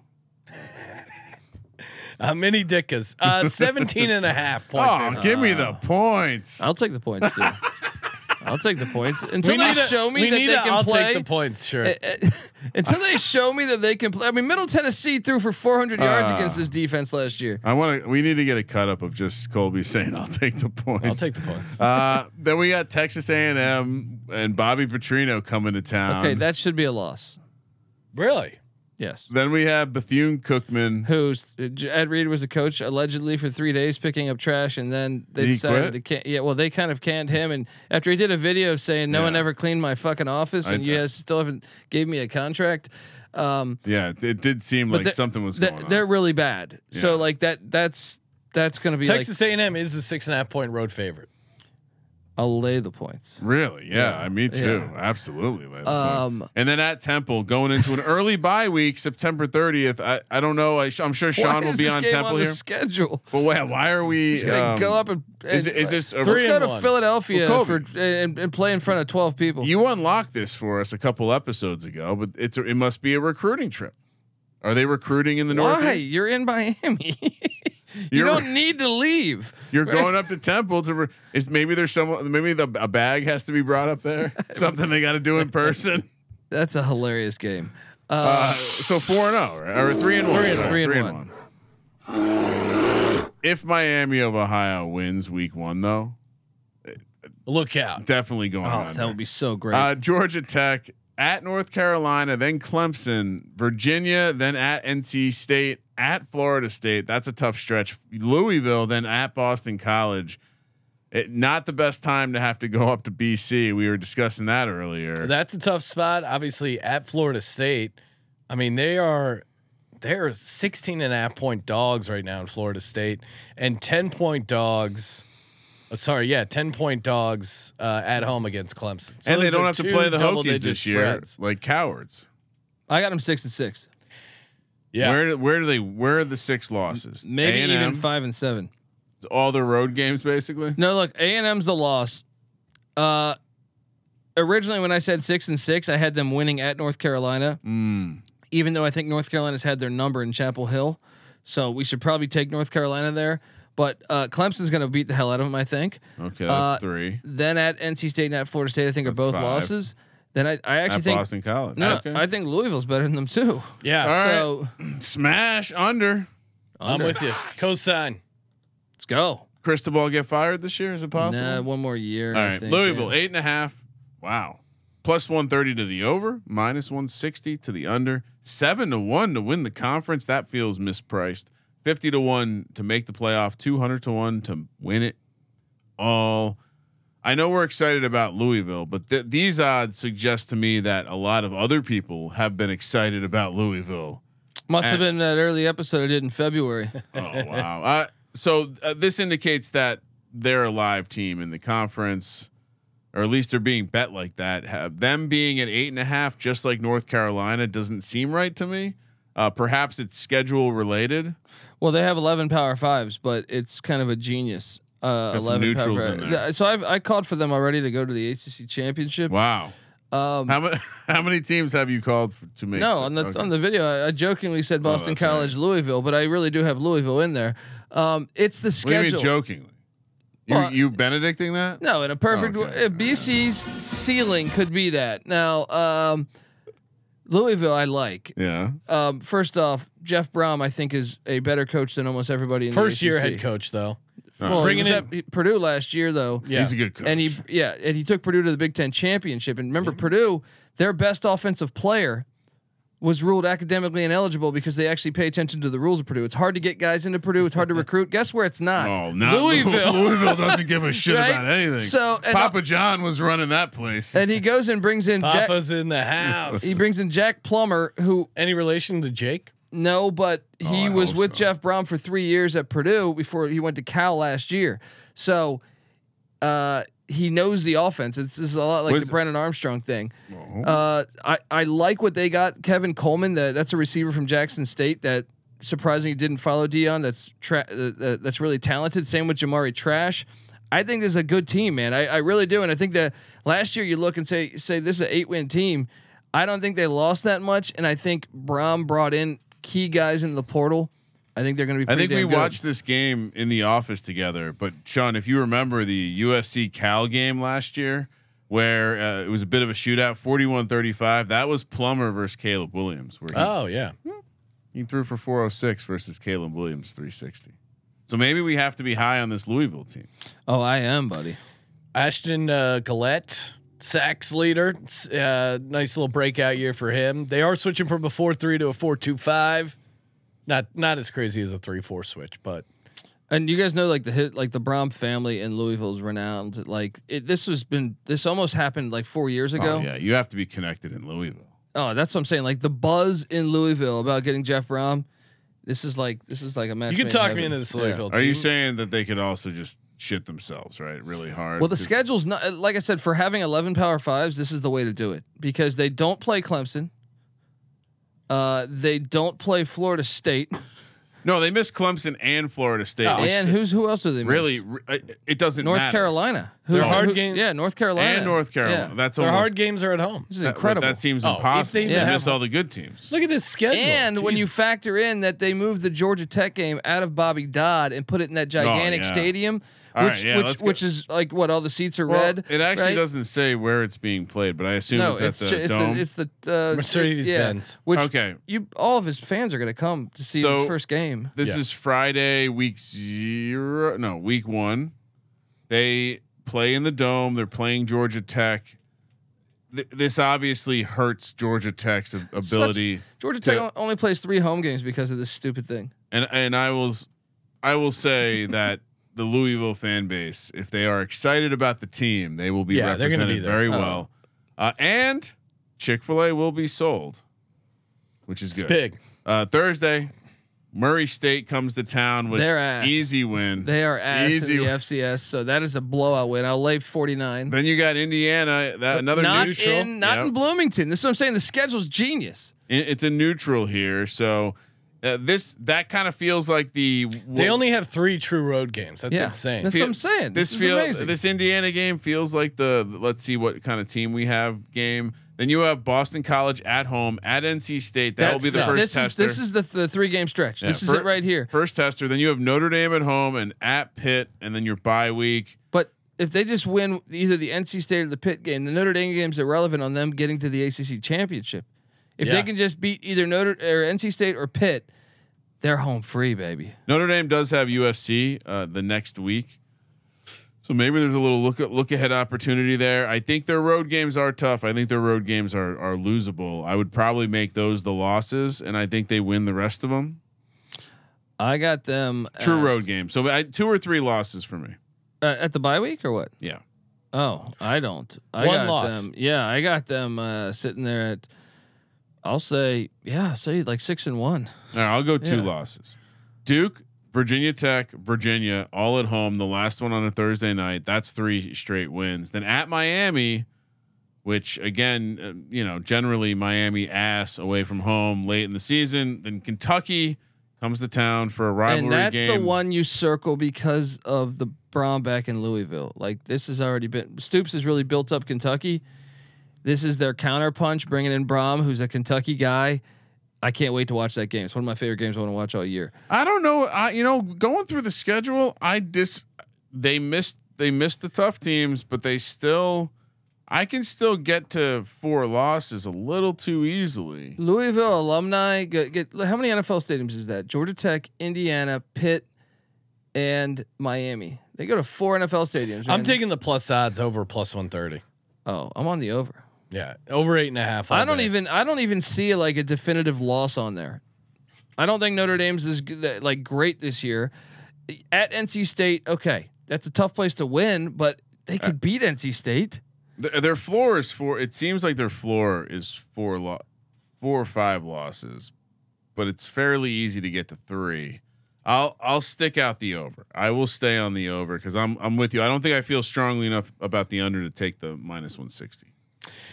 Speaker 1: (laughs) uh, mini dickas, uh, 17 and a half
Speaker 7: Oh,
Speaker 1: point. favor.
Speaker 7: give me the points.
Speaker 8: Uh, I'll take the points. (laughs) Dude. I'll take the points until they
Speaker 1: need a-
Speaker 8: show me
Speaker 1: we
Speaker 8: that
Speaker 1: need
Speaker 8: they
Speaker 1: a-
Speaker 8: can
Speaker 1: I'll
Speaker 8: play.
Speaker 1: take the points, sure.
Speaker 8: (laughs) until they show me that they can play. I mean, Middle Tennessee threw for 400 yards
Speaker 7: Ah.
Speaker 8: against this defense last year.
Speaker 7: I want to. We need to get a cut up of just Colby (laughs) saying, "I'll take the points."
Speaker 1: I'll take the points.
Speaker 7: Uh, then we got Texas A&M and Bobby Petrino coming to town.
Speaker 8: Okay, that should be a loss.
Speaker 1: really?
Speaker 8: Yes.
Speaker 7: then we have Bethune Cookman.
Speaker 8: Who's uh, Ed Reed was a coach allegedly for three days picking up trash, and then they
Speaker 7: Did he
Speaker 8: decided
Speaker 7: quit?
Speaker 8: to can Yeah, well, they kind of canned him, and after he did a video of saying no one
Speaker 7: Yeah.
Speaker 8: ever cleaned my fucking office,
Speaker 7: I-
Speaker 8: and you guys still haven't gave me a contract. Um,
Speaker 7: Yeah, it- it did seem like
Speaker 8: they're-
Speaker 7: something was
Speaker 8: they're,
Speaker 7: going on.
Speaker 8: they're really bad. So
Speaker 7: Yeah.
Speaker 8: like that, that's that's going to be
Speaker 1: Texas A&M is a six and a half point road favorite.
Speaker 8: Like, I'll lay the points.
Speaker 7: Really? Yeah, me too.
Speaker 8: Yeah.
Speaker 7: Absolutely. Lance
Speaker 8: Um,
Speaker 7: Lawrence. and then at Temple, going into an early bye week, September 30th. I, I don't know. I sh- I'm
Speaker 8: Why
Speaker 7: sure Sean will
Speaker 8: is
Speaker 7: be
Speaker 8: this
Speaker 7: on
Speaker 8: game
Speaker 7: Temple
Speaker 8: on
Speaker 7: here.
Speaker 8: The schedule.
Speaker 7: But why, why are we?
Speaker 8: Like,
Speaker 7: um,
Speaker 8: go up and, and
Speaker 7: is, it- is this a
Speaker 8: Let's
Speaker 1: Three
Speaker 8: go
Speaker 1: and
Speaker 8: to
Speaker 1: one.
Speaker 8: Philadelphia
Speaker 7: Well,
Speaker 8: for
Speaker 7: Kobe.
Speaker 8: and, and play in front of twelve people.
Speaker 7: You unlocked this for us a couple episodes ago, but it's a, it must be a recruiting trip. Are they recruiting in the
Speaker 8: Why?
Speaker 7: Northeast?
Speaker 8: You're in Miami. (laughs) you
Speaker 7: You're-
Speaker 8: don't need to leave.
Speaker 7: You're going up to Temple to. Re- is maybe there's someone maybe the a bag has to be brought up (laughs) there. Something they got to do in person.
Speaker 8: That's a hilarious game.
Speaker 7: Uh, so four and zero right? or three and one. sorry, Three, and, one. If Miami of Ohio wins Week One, though,
Speaker 1: Look out.
Speaker 7: definitely going
Speaker 8: Oh,
Speaker 7: on.
Speaker 8: that would be so great.
Speaker 7: uh, Georgia Tech at North Carolina, then Clemson, Virginia, then at NC State, at Florida State. That's a tough stretch. Louisville, then at Boston College. It, not the best time to have to go up to BC. We were discussing that earlier.
Speaker 1: That's a tough spot. Obviously at Florida State. I mean, they are they're 16 and a half point dogs right now in Florida State and 10 point dogs. oh, sorry, yeah, 10 point dogs uh, at home against Clemson. So
Speaker 7: and they
Speaker 1: those
Speaker 7: don't
Speaker 1: are
Speaker 7: have to
Speaker 1: two
Speaker 7: play the Hokies
Speaker 1: double-digit
Speaker 7: this year
Speaker 1: spreads.
Speaker 7: like cowards.
Speaker 8: I got him six and six.
Speaker 1: Yeah.
Speaker 7: Where do- where do they where are the six losses?
Speaker 8: Maybe
Speaker 7: A&M,
Speaker 8: even five and seven.
Speaker 7: all their road games basically.
Speaker 8: No, look, A and M's the loss. Uh, originally, when I said six and six, I had them winning at North Carolina.
Speaker 7: Hmm.
Speaker 8: Even though I think North Carolina's had their number in Chapel Hill, so we should probably take North Carolina there. But uh, Clemson's going to beat the hell out of them, I think.
Speaker 7: Okay,
Speaker 8: Uh,
Speaker 7: that's three.
Speaker 8: Then at NC State and at Florida State, I think are both
Speaker 7: five.
Speaker 8: losses. Then I, I
Speaker 7: At
Speaker 8: actually think
Speaker 7: Boston College.
Speaker 8: no,
Speaker 7: okay.
Speaker 8: I think Louisville's better than them too.
Speaker 1: yeah.
Speaker 7: All right.
Speaker 8: So
Speaker 7: Smash under.
Speaker 1: I'm with you. Cosign.
Speaker 8: let's go.
Speaker 7: Cristobal get fired this year? Is it possible?
Speaker 8: Nah, one more year.
Speaker 7: All
Speaker 8: I
Speaker 7: right,
Speaker 8: think,
Speaker 7: Louisville
Speaker 8: yeah.
Speaker 7: eight and a half. Wow, plus one thirty to the over, minus one sixty to the under, seven to one to win the conference. That feels mispriced. Fifty to one to make the playoff, two hundred to one to win it all. I know we're excited about Louisville, but th- these odds suggest to me that a lot of other people have been excited about Louisville.
Speaker 8: Must have been
Speaker 7: and-
Speaker 8: that early episode I did in
Speaker 7: (laughs)
Speaker 8: February.
Speaker 7: Oh wow! Uh, so uh, this indicates that they're a live team in the conference, or at least they're being bet like that. Have them being at eight and a half, just like North Carolina, doesn't seem right to me. Uh, perhaps it's schedule related.
Speaker 8: Well, they have eleven power fives, but it's kind of a genius. Uh,
Speaker 7: Got some
Speaker 8: 11 power
Speaker 7: neutrals in
Speaker 8: five-
Speaker 7: there.
Speaker 8: So I've, I called for them already to go to the ACC championship.
Speaker 7: Wow.
Speaker 8: Um,
Speaker 7: How many (laughs) how many teams have you called f- to make?
Speaker 8: no, on the
Speaker 7: okay. Oh,
Speaker 8: on the video, I, I jokingly said Boston
Speaker 7: that's
Speaker 8: College, Louisville, but I really do have Louisville in there. Um, it's the
Speaker 7: What do you mean
Speaker 8: schedule.
Speaker 7: jokingly? You
Speaker 8: Well,
Speaker 7: you benedicting that?
Speaker 8: No, in a perfect
Speaker 7: Oh, Okay.
Speaker 8: world, BC's ceiling could be that. Now, um, Louisville, I like.
Speaker 7: Yeah.
Speaker 8: Um, first off, Jeff Brom, I think, is a better coach than almost everybody in
Speaker 1: First
Speaker 8: the
Speaker 1: year
Speaker 8: ACC.
Speaker 1: head coach though.
Speaker 8: Well,
Speaker 1: Bringing
Speaker 8: he was
Speaker 1: in-
Speaker 8: at Purdue last year, though.
Speaker 1: Yeah.
Speaker 7: He's a good coach.
Speaker 8: And he, yeah, and he took Purdue to the Big Ten championship. And remember, Purdue, their best offensive player was ruled academically ineligible because they actually pay attention to the rules of Purdue. It's hard to get guys into Purdue. It's
Speaker 7: (laughs)
Speaker 8: hard to recruit. Guess where it's not?
Speaker 7: Oh, not Louisville. Louisville doesn't give a shit
Speaker 8: (laughs) Right?
Speaker 7: about anything.
Speaker 8: So, and-
Speaker 7: Papa John was running that
Speaker 8: (laughs)
Speaker 7: place.
Speaker 8: And he goes and brings in Jack.
Speaker 1: Papa's in the house.
Speaker 8: He brings in Jack Plummer, who
Speaker 1: Any relation to Jake?
Speaker 8: no, but he
Speaker 7: Oh, I
Speaker 8: was
Speaker 7: hope
Speaker 8: with
Speaker 7: so.
Speaker 8: Jeff Brom for three years at Purdue before he went to Cal last year. So uh, he knows the offense. It's, this is a lot like
Speaker 7: Was-
Speaker 8: the Brennan Armstrong thing.
Speaker 7: Oh.
Speaker 8: Uh, I I like what they got. Kevin Coleman, the, that's a receiver from Jackson State that surprisingly didn't follow Dion. That's tra- uh, uh, that's really talented. Same with Jamari Trash. I think this is a good team, man. I, I really do, and I think that last year you look and say say this is an eight win team. I don't think they lost that much, and I think Brom brought in key guys in the portal. I think they're going to be.
Speaker 7: I
Speaker 8: Pretty
Speaker 7: think we
Speaker 8: damn good.
Speaker 7: watched this game in the office together. But Sean, if you remember the USC Cal game last year, where uh, it was a bit of a shootout, 41-35, that was Plummer versus Caleb Williams, where he,
Speaker 1: Oh yeah.
Speaker 7: he threw for 406 versus Caleb Williams 360. So maybe we have to be high on this Louisville team.
Speaker 8: Oh, I am, buddy.
Speaker 1: Ashton uh, Gillette, sacks leader. S- Uh, nice little breakout year for him. They are switching from a four three to a four two five. Not not as crazy as a three four switch, but
Speaker 8: And you guys know, like the hit, like the Brom family in Louisville is renowned. Like it, this has been, this almost happened like four years ago.
Speaker 7: Oh, yeah, you have to be connected in Louisville.
Speaker 8: Oh, that's what I'm saying. Like the buzz in Louisville about getting Jeff Brom. This is like, this is like a match.
Speaker 1: you can
Speaker 8: made in
Speaker 1: talk
Speaker 8: heaven.
Speaker 1: me into this
Speaker 8: Yeah.
Speaker 1: Louisville
Speaker 7: Are
Speaker 1: team.
Speaker 7: you saying that they could also just shit themselves, right? Really hard.
Speaker 8: Well, the
Speaker 7: 'Cause-
Speaker 8: schedule's not like I said for having 11 Power Fives. This is the way to do it because they don't play Clemson. Uh, they don't play Florida State,
Speaker 7: No, they missed Clemson and Florida State.
Speaker 1: Oh,
Speaker 7: which
Speaker 8: and who's who else do they miss?
Speaker 7: really, re- it- it doesn't
Speaker 8: North
Speaker 7: matter.
Speaker 8: Carolina.
Speaker 1: They're
Speaker 8: Who's
Speaker 1: hard
Speaker 8: who-
Speaker 1: game-
Speaker 8: Yeah, North Carolina
Speaker 7: and North Carolina.
Speaker 8: Yeah.
Speaker 7: That's
Speaker 1: their
Speaker 7: almost,
Speaker 1: hard games are at home?
Speaker 8: This is
Speaker 7: That,
Speaker 8: incredible.
Speaker 7: that seems
Speaker 1: Oh, if
Speaker 7: impossible.
Speaker 1: they
Speaker 7: They
Speaker 1: even
Speaker 7: miss
Speaker 1: have-
Speaker 7: all the good teams.
Speaker 1: Look at this schedule.
Speaker 8: And when you
Speaker 1: Jesus.
Speaker 8: factor in that they moved the Georgia Tech game out of Bobby Dodd and put it in that gigantic
Speaker 7: Oh, yeah.
Speaker 8: stadium,
Speaker 7: All right,
Speaker 8: which
Speaker 7: yeah,
Speaker 8: which,
Speaker 7: let's go.
Speaker 8: which is like what all the seats are
Speaker 7: Well,
Speaker 8: red.
Speaker 7: it actually
Speaker 8: right?
Speaker 7: doesn't say where it's being played, but I assume
Speaker 8: No,
Speaker 7: it's,
Speaker 8: it's,
Speaker 7: at
Speaker 8: ju-
Speaker 7: the
Speaker 8: it's
Speaker 7: dome.
Speaker 8: the it's the uh,
Speaker 1: Mercedes
Speaker 8: yeah,
Speaker 1: Benz.
Speaker 8: Which
Speaker 7: Okay.
Speaker 8: you all of his fans are gonna come to see
Speaker 7: So-
Speaker 8: his first game.
Speaker 7: this
Speaker 1: yeah.
Speaker 7: is Friday, week zero. No, week one. They play in the dome. They're playing Georgia Tech. Th- this obviously hurts Georgia Tech's ab- ability.
Speaker 8: Georgia
Speaker 7: to-
Speaker 8: Tech o- only plays three home games because of this stupid thing.
Speaker 7: and and I will, s- I
Speaker 8: (laughs)
Speaker 7: will say that the Louisville fan base, if they are excited about the team, they will be
Speaker 1: Yeah, they're
Speaker 7: represented
Speaker 1: gonna be there.
Speaker 7: very
Speaker 8: Oh.
Speaker 7: well. Uh, and Chick Fil A will be sold, which is
Speaker 1: it's
Speaker 7: good.
Speaker 1: big.
Speaker 7: Uh, Thursday, Murray State comes to town, which
Speaker 8: Their ass.
Speaker 7: easy win.
Speaker 8: They are ass
Speaker 7: Easy
Speaker 8: in the
Speaker 7: win.
Speaker 8: FCS, so that is a blowout win. I'll lay forty nine.
Speaker 7: Then you got Indiana, that another
Speaker 8: not
Speaker 7: neutral.
Speaker 8: in not
Speaker 7: Yep.
Speaker 8: in Bloomington. This is what I'm saying. The schedule's genius.
Speaker 7: It- it's a neutral here, so. Uh, this that kind of feels like the
Speaker 1: They only have three true road games. That's
Speaker 8: yeah,
Speaker 1: insane.
Speaker 8: That's what I'm saying. This, is
Speaker 7: feel-
Speaker 8: amazing.
Speaker 7: This Indiana game feels like the the let's see what kind of team we have game. Then you have Boston College at home at NC State. That will
Speaker 8: That's
Speaker 7: be the
Speaker 8: it.
Speaker 7: first
Speaker 8: this
Speaker 7: tester.
Speaker 8: Is, this is the, the three game stretch.
Speaker 7: Yeah,
Speaker 8: this is
Speaker 7: fir-
Speaker 8: it right here.
Speaker 7: First tester. Then you have Notre Dame at home and at Pitt, and then your bye week.
Speaker 8: But if they just win either the NC State or the Pitt game, the Notre Dame game's irrelevant on them getting to the ACC championship. If
Speaker 1: Yeah.
Speaker 8: they can just beat either Notre or NC State or Pitt, They're home free, baby.
Speaker 7: Notre Dame does have USC uh, the next week, so maybe there's a little look look ahead opportunity there. I think their road games are tough. I think their road games are are losable. I would probably make those the losses, and I think they win the rest of them.
Speaker 8: I got them
Speaker 7: True
Speaker 8: at,
Speaker 7: road game. So I, two or three losses for me.
Speaker 8: uh, at the bye week or what?
Speaker 7: Yeah.
Speaker 8: Oh, I don't. I
Speaker 1: One
Speaker 8: got
Speaker 1: loss.
Speaker 8: Them, yeah, I got them uh, sitting there at. I'll say, yeah, say like six and one.
Speaker 7: All right, I'll go two
Speaker 8: Yeah.
Speaker 7: losses. Duke, Virginia Tech, Virginia, all at home. The last one on a Thursday night. That's three straight wins. Then at Miami, which again, uh, you know, generally Miami ass away from home late in the season. Then Kentucky comes to town for a rivalry
Speaker 8: and that's
Speaker 7: game.
Speaker 8: the one you circle because of the Brownback in Louisville. Like this has already been Stoops has really built up Kentucky. This is their counterpunch, bringing in Brom, who's a Kentucky guy. I can't wait to watch that game. It's one of my favorite games I want to watch all year.
Speaker 7: I don't know. I you know, going through the schedule, I dis they missed they missed the tough teams, but they still I can still get to four losses a little too easily.
Speaker 8: Louisville alumni get, get how many NFL stadiums is that? Georgia Tech, Indiana, Pitt, and Miami. They go to four NFL stadiums.
Speaker 1: I'm
Speaker 8: man.
Speaker 1: taking the plus odds over plus one thirty.
Speaker 8: Oh, I'm on the over.
Speaker 1: Yeah, over eight and a half. all
Speaker 8: I don't
Speaker 1: day.
Speaker 8: even. I don't even see like a definitive loss on there. I don't think Notre Dame's is g- that, like great this year. At NC State, okay, that's a tough place to win, but they could
Speaker 1: Uh,
Speaker 8: beat NC State.
Speaker 7: Their, their floor is four. It seems like their floor is four lo- four or five losses, but it's fairly easy to get to three. I'll I'll stick out the over. I will stay on the over because I'm I'm with you. I don't think I feel strongly enough about the under to take the minus one sixty.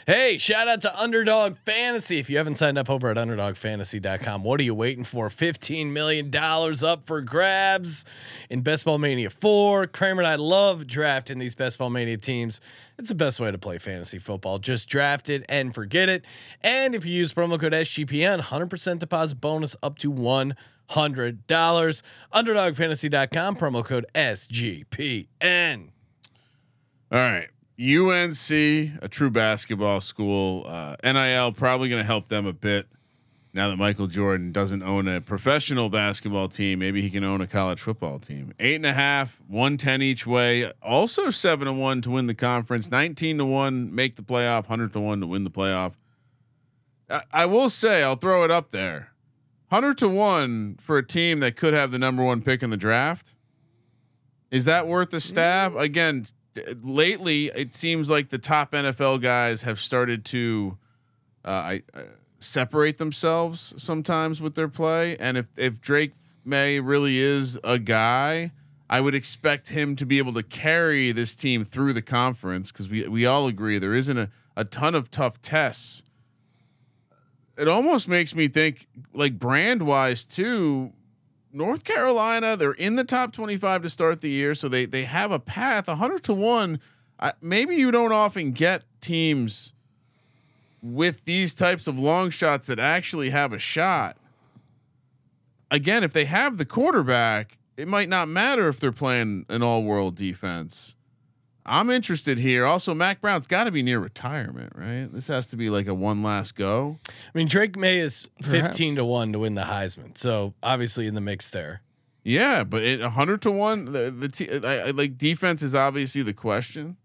Speaker 1: Hey, shout out to Underdog Fantasy. If you haven't signed up over at underdogfantasy.com, what are you waiting for? $15 million up for grabs in Best Ball Mania 4. Kramer and I love drafting these Best Ball Mania teams. It's the best way to play fantasy football. Just draft it and forget it. And if you use promo code SGPN, 100% deposit bonus up to $100. Underdogfantasy.com, promo code SGPN.
Speaker 7: All right. UNC, a true basketball school. Uh, NIL probably going to help them a bit. Now that Michael Jordan doesn't own a professional basketball team, maybe he can own a college football team. Eight and a half, one ten each way. Also seven to one to win the conference. Nineteen to one make the playoff. Hundred to one to win the playoff. I, I will say, I'll throw it up there. Hundred to one for a team that could have the number one pick in the draft. Is that worth a stab? Again, t- lately it seems like the top NFL guys have started to uh, I, uh, separate themselves sometimes with their play, and if if Drake May really is a guy, I would expect him to be able to carry this team through the conference because we we all agree there isn't a, a ton of tough tests. It almost makes me think, like brand wise too. North Carolina, they're in the top 25 to start the year, so they they have a path 100 to 1. I, maybe you don't often get teams with these types of long shots that actually have a shot. Again, if they have the quarterback, it might not matter if they're playing an all-world defense. I'm interested here. Also, Mac Brown's got to be near retirement, right? This has to be like a one last go.
Speaker 1: I mean, Drake May is
Speaker 8: Perhaps.
Speaker 1: fifteen to one to win the Heisman, so obviously in the mix there.
Speaker 7: Yeah, but it, hundred to one, the, the t- I, I, like defense is obviously the question.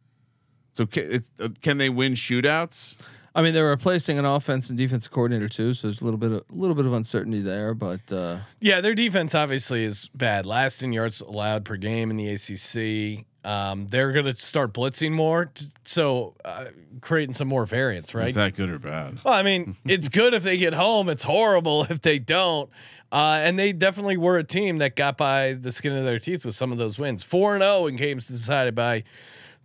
Speaker 7: So can, it's, uh, can they win shootouts?
Speaker 8: I mean, they're replacing an offense and defense coordinator too, so there's a little bit of a little bit of uncertainty there. But uh,
Speaker 1: Yeah, their defense obviously is bad. Last in yards allowed per game in the ACC. Um, they're going to start blitzing more, t- so uh, creating some more variance, right?
Speaker 7: that good or bad?
Speaker 1: Well, I mean, it's good if they get home. It's horrible if they don't. Uh, and they definitely were a team that got by the skin of their teeth with some of those wins. Four and zero in games decided by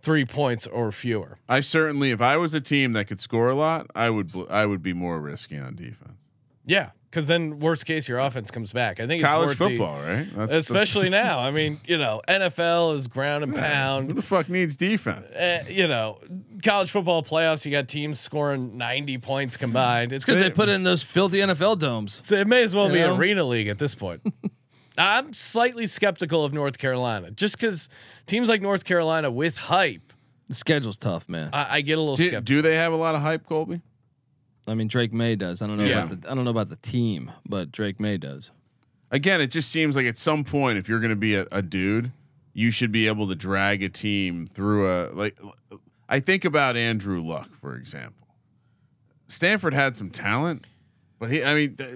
Speaker 1: three points or fewer.
Speaker 7: I certainly, if I was a team that could score a lot, I would bl- I would be more risky on defense.
Speaker 1: Yeah, because then worst case your offense comes back. I think it's worth
Speaker 7: College
Speaker 1: the-
Speaker 7: football, right? That's-
Speaker 8: (laughs)
Speaker 7: that's-
Speaker 1: especially now. I mean, you know, NFL is ground and
Speaker 7: who
Speaker 1: pound.
Speaker 7: the fuck needs defense?
Speaker 1: Uh, you know, college football playoffs, you got teams scoring 90 points combined. It's
Speaker 8: because they put in those filthy NFL domes.
Speaker 1: so it may as well
Speaker 8: You
Speaker 1: be
Speaker 8: know?
Speaker 1: arena league at this
Speaker 8: (laughs)
Speaker 1: point. I'm slightly skeptical of North Carolina just because teams like North Carolina with hype,
Speaker 8: The schedule's tough, man. I,
Speaker 1: I, I get a little
Speaker 7: Do,
Speaker 1: skeptical.
Speaker 7: do they have a lot of hype, Colby?
Speaker 8: mean, Drake May does. I don't know
Speaker 7: Yeah.
Speaker 8: about the I don't know about the team, but Drake May does.
Speaker 7: again, it just seems like at some point, if you're going to be a, a dude, you should be able to drag a team through a like. I think about Andrew Luck, for example. Stanford had some talent, but he, I mean, th-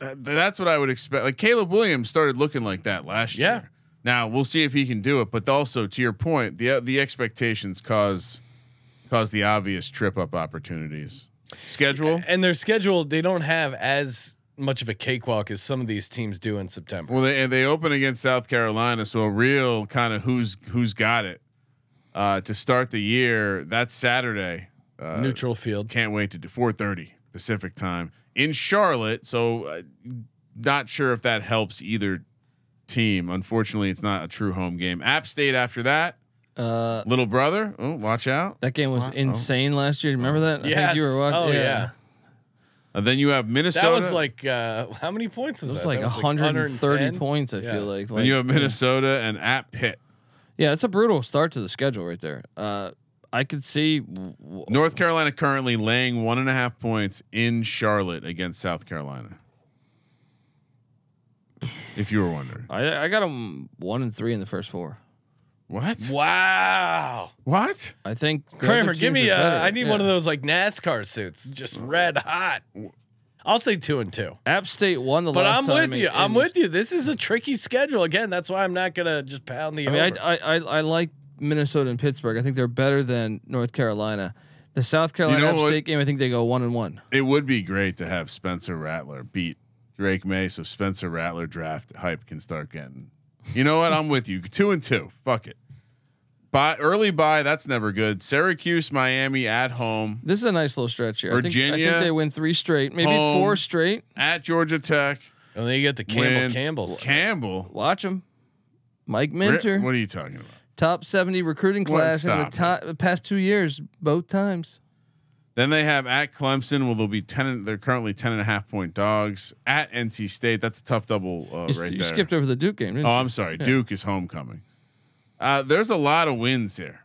Speaker 7: th- that's what I would expect. Like Caleb Williams started looking like that last
Speaker 1: Yeah.
Speaker 7: year. Now we'll see if he can do it, but also to your point, the uh, the expectations cause cause the obvious trip up opportunities. Schedule.
Speaker 1: And their schedule, they don't have as much of a cakewalk as some of these teams do in September.
Speaker 7: Well, they and they open against South Carolina, so a real kind of who's who's got it uh, to start the year. That's Saturday. Uh,
Speaker 1: Neutral field.
Speaker 7: Can't wait to do 4:30 Pacific time in Charlotte. So, uh, not sure if that helps either team. Unfortunately, it's not a true home game. App State after that.
Speaker 8: Uh,
Speaker 7: Little brother, oh, watch out.
Speaker 8: that game was
Speaker 7: Wow.
Speaker 8: insane last year. Remember that? I
Speaker 1: Oh. Yes.
Speaker 8: think you were watching.
Speaker 1: Oh yeah.
Speaker 7: And then you have
Speaker 1: That
Speaker 7: Minnesota.
Speaker 1: was like uh, how many points is
Speaker 8: It was
Speaker 1: that?
Speaker 8: like
Speaker 1: That
Speaker 8: 130
Speaker 1: 110?
Speaker 8: points. I
Speaker 1: Yeah.
Speaker 8: feel like.
Speaker 7: Then
Speaker 8: like
Speaker 7: you have Minnesota and at Pitt.
Speaker 8: Yeah, it's a brutal start to the schedule right there. Uh, I could see. w- w-
Speaker 7: North Carolina currently laying one and a half points in Charlotte against South Carolina. If you were wondering,
Speaker 8: I I got them one and three in the first four.
Speaker 7: what?
Speaker 1: Wow.
Speaker 7: What?
Speaker 8: I think the other
Speaker 1: Kramer, give
Speaker 8: teams
Speaker 1: me
Speaker 8: are
Speaker 1: a.
Speaker 8: better.
Speaker 1: I need one
Speaker 8: Yeah.
Speaker 1: of those like NASCAR suits, just red hot. I'll say two and two.
Speaker 8: App State won the
Speaker 1: But
Speaker 8: last
Speaker 1: I'm
Speaker 8: time.
Speaker 1: with you. I'm with you. This is a tricky schedule. Again, that's why I'm not gonna just pound the.
Speaker 8: I mean,
Speaker 1: over.
Speaker 8: I, I I I like Minnesota and Pittsburgh. I think they're better than North Carolina. The South Carolina
Speaker 7: know
Speaker 8: App
Speaker 7: what?
Speaker 8: State game, I think they go one and one.
Speaker 7: It would be great to have Spencer Rattler beat Drake May, so Spencer Rattler draft hype can start getting. You know what? I'm with you. Two and two. Fuck it. Buy early buy. That's never good. Syracuse, Miami at home.
Speaker 8: This is a nice little stretch here. I think- I think,
Speaker 7: Virginia,
Speaker 8: they win three straight, maybe
Speaker 7: home.
Speaker 8: four straight.
Speaker 7: at Georgia Tech.
Speaker 1: and then you get the
Speaker 7: win.
Speaker 1: Campbell Campbells.
Speaker 7: Campbell.
Speaker 8: Watch them. Mike Minter,
Speaker 7: What are you talking about?
Speaker 8: top seventy recruiting
Speaker 7: What?
Speaker 8: class in the
Speaker 7: Stop
Speaker 8: top, past two years, both times.
Speaker 7: Then they have at Clemson. Well, they'll be ten. and- They're currently ten and a half point dogs at NC State. That's a tough double uh,
Speaker 8: You, s-
Speaker 7: right
Speaker 8: you
Speaker 7: there.
Speaker 8: skipped over the Duke game. Didn't
Speaker 7: oh,
Speaker 8: you?
Speaker 7: I'm sorry. Duke is homecoming. Uh, there's a lot of wins here.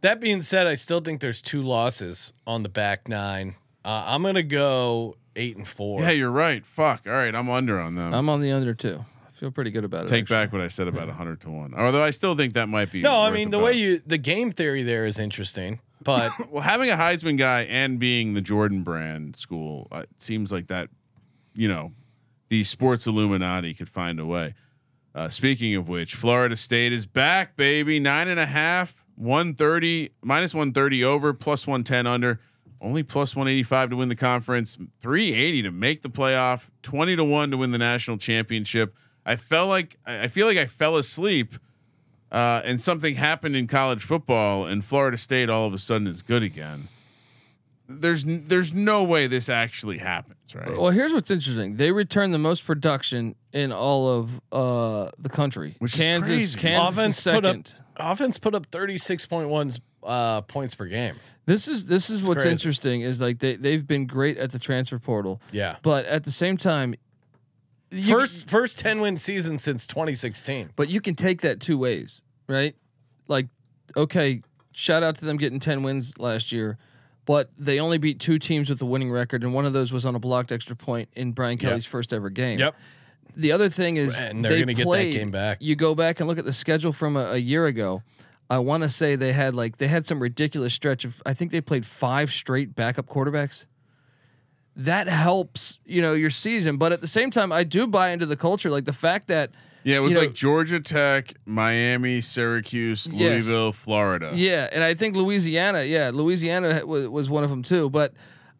Speaker 1: That being said, I still think there's two losses on the back nine. Uh, I'm gonna go eight and four.
Speaker 7: Yeah, you're right. Fuck. All right, I'm under on them.
Speaker 8: I'm on the under too. I feel pretty good about it.
Speaker 7: Take
Speaker 8: actually.
Speaker 7: back what I said about 100 to one. Although I still think that might be.
Speaker 1: no, I
Speaker 7: worth
Speaker 1: mean
Speaker 7: a
Speaker 1: the
Speaker 7: bet.
Speaker 1: way you the game theory there is interesting,
Speaker 8: (laughs)
Speaker 1: but
Speaker 7: Well, having a Heisman guy and being the Jordan Brand school, uh, it seems like that, you know, the sports Illuminati could find a way. Uh, speaking of which, Florida State is back, baby. Nine and a half, 130, minus 130 over, plus 110 under. Only plus 185 to win the conference, 380 to make the playoff, 20 to 1 to win the national championship. I felt like I I feel like I fell asleep uh, and something happened in college football, and Florida State all of a sudden is good again. There's n- there's no way this actually happens, right?
Speaker 8: Well, here's what's interesting. They returned the most production in all of uh, the country.
Speaker 7: Which is
Speaker 8: Kansas,
Speaker 7: crazy.
Speaker 8: Kansas is
Speaker 1: offense put up
Speaker 8: second.
Speaker 1: offense put up 36.1 uh, points per game.
Speaker 8: This is this is what's
Speaker 1: crazy.
Speaker 8: interesting is like they they've been great at the transfer portal,
Speaker 1: Yeah.
Speaker 8: but at the same time, you,
Speaker 1: First first 10 win season since 2016.
Speaker 8: But you can take that two ways, right? Like, okay, shout out to them getting ten wins last year, but they only beat two teams with a winning record, and one of those was on a blocked extra point in Brian Kelly's first ever game.
Speaker 1: Yep.
Speaker 8: The other thing is
Speaker 1: And they're
Speaker 8: they
Speaker 1: gonna get that
Speaker 8: played-
Speaker 1: game back.
Speaker 8: You go back and look at the schedule from a, a year ago. I want to say they had like they had some ridiculous stretch of I think they played five straight backup quarterbacks. That helps, you know, your season, but at the same time, I do buy into the culture, like the fact that
Speaker 7: yeah, it was
Speaker 8: you know-
Speaker 7: like Georgia Tech, Miami, Syracuse,
Speaker 8: Yes.
Speaker 7: Louisville, Florida.
Speaker 8: Yeah, and I think Louisiana, yeah, Louisiana was, was one of them too. But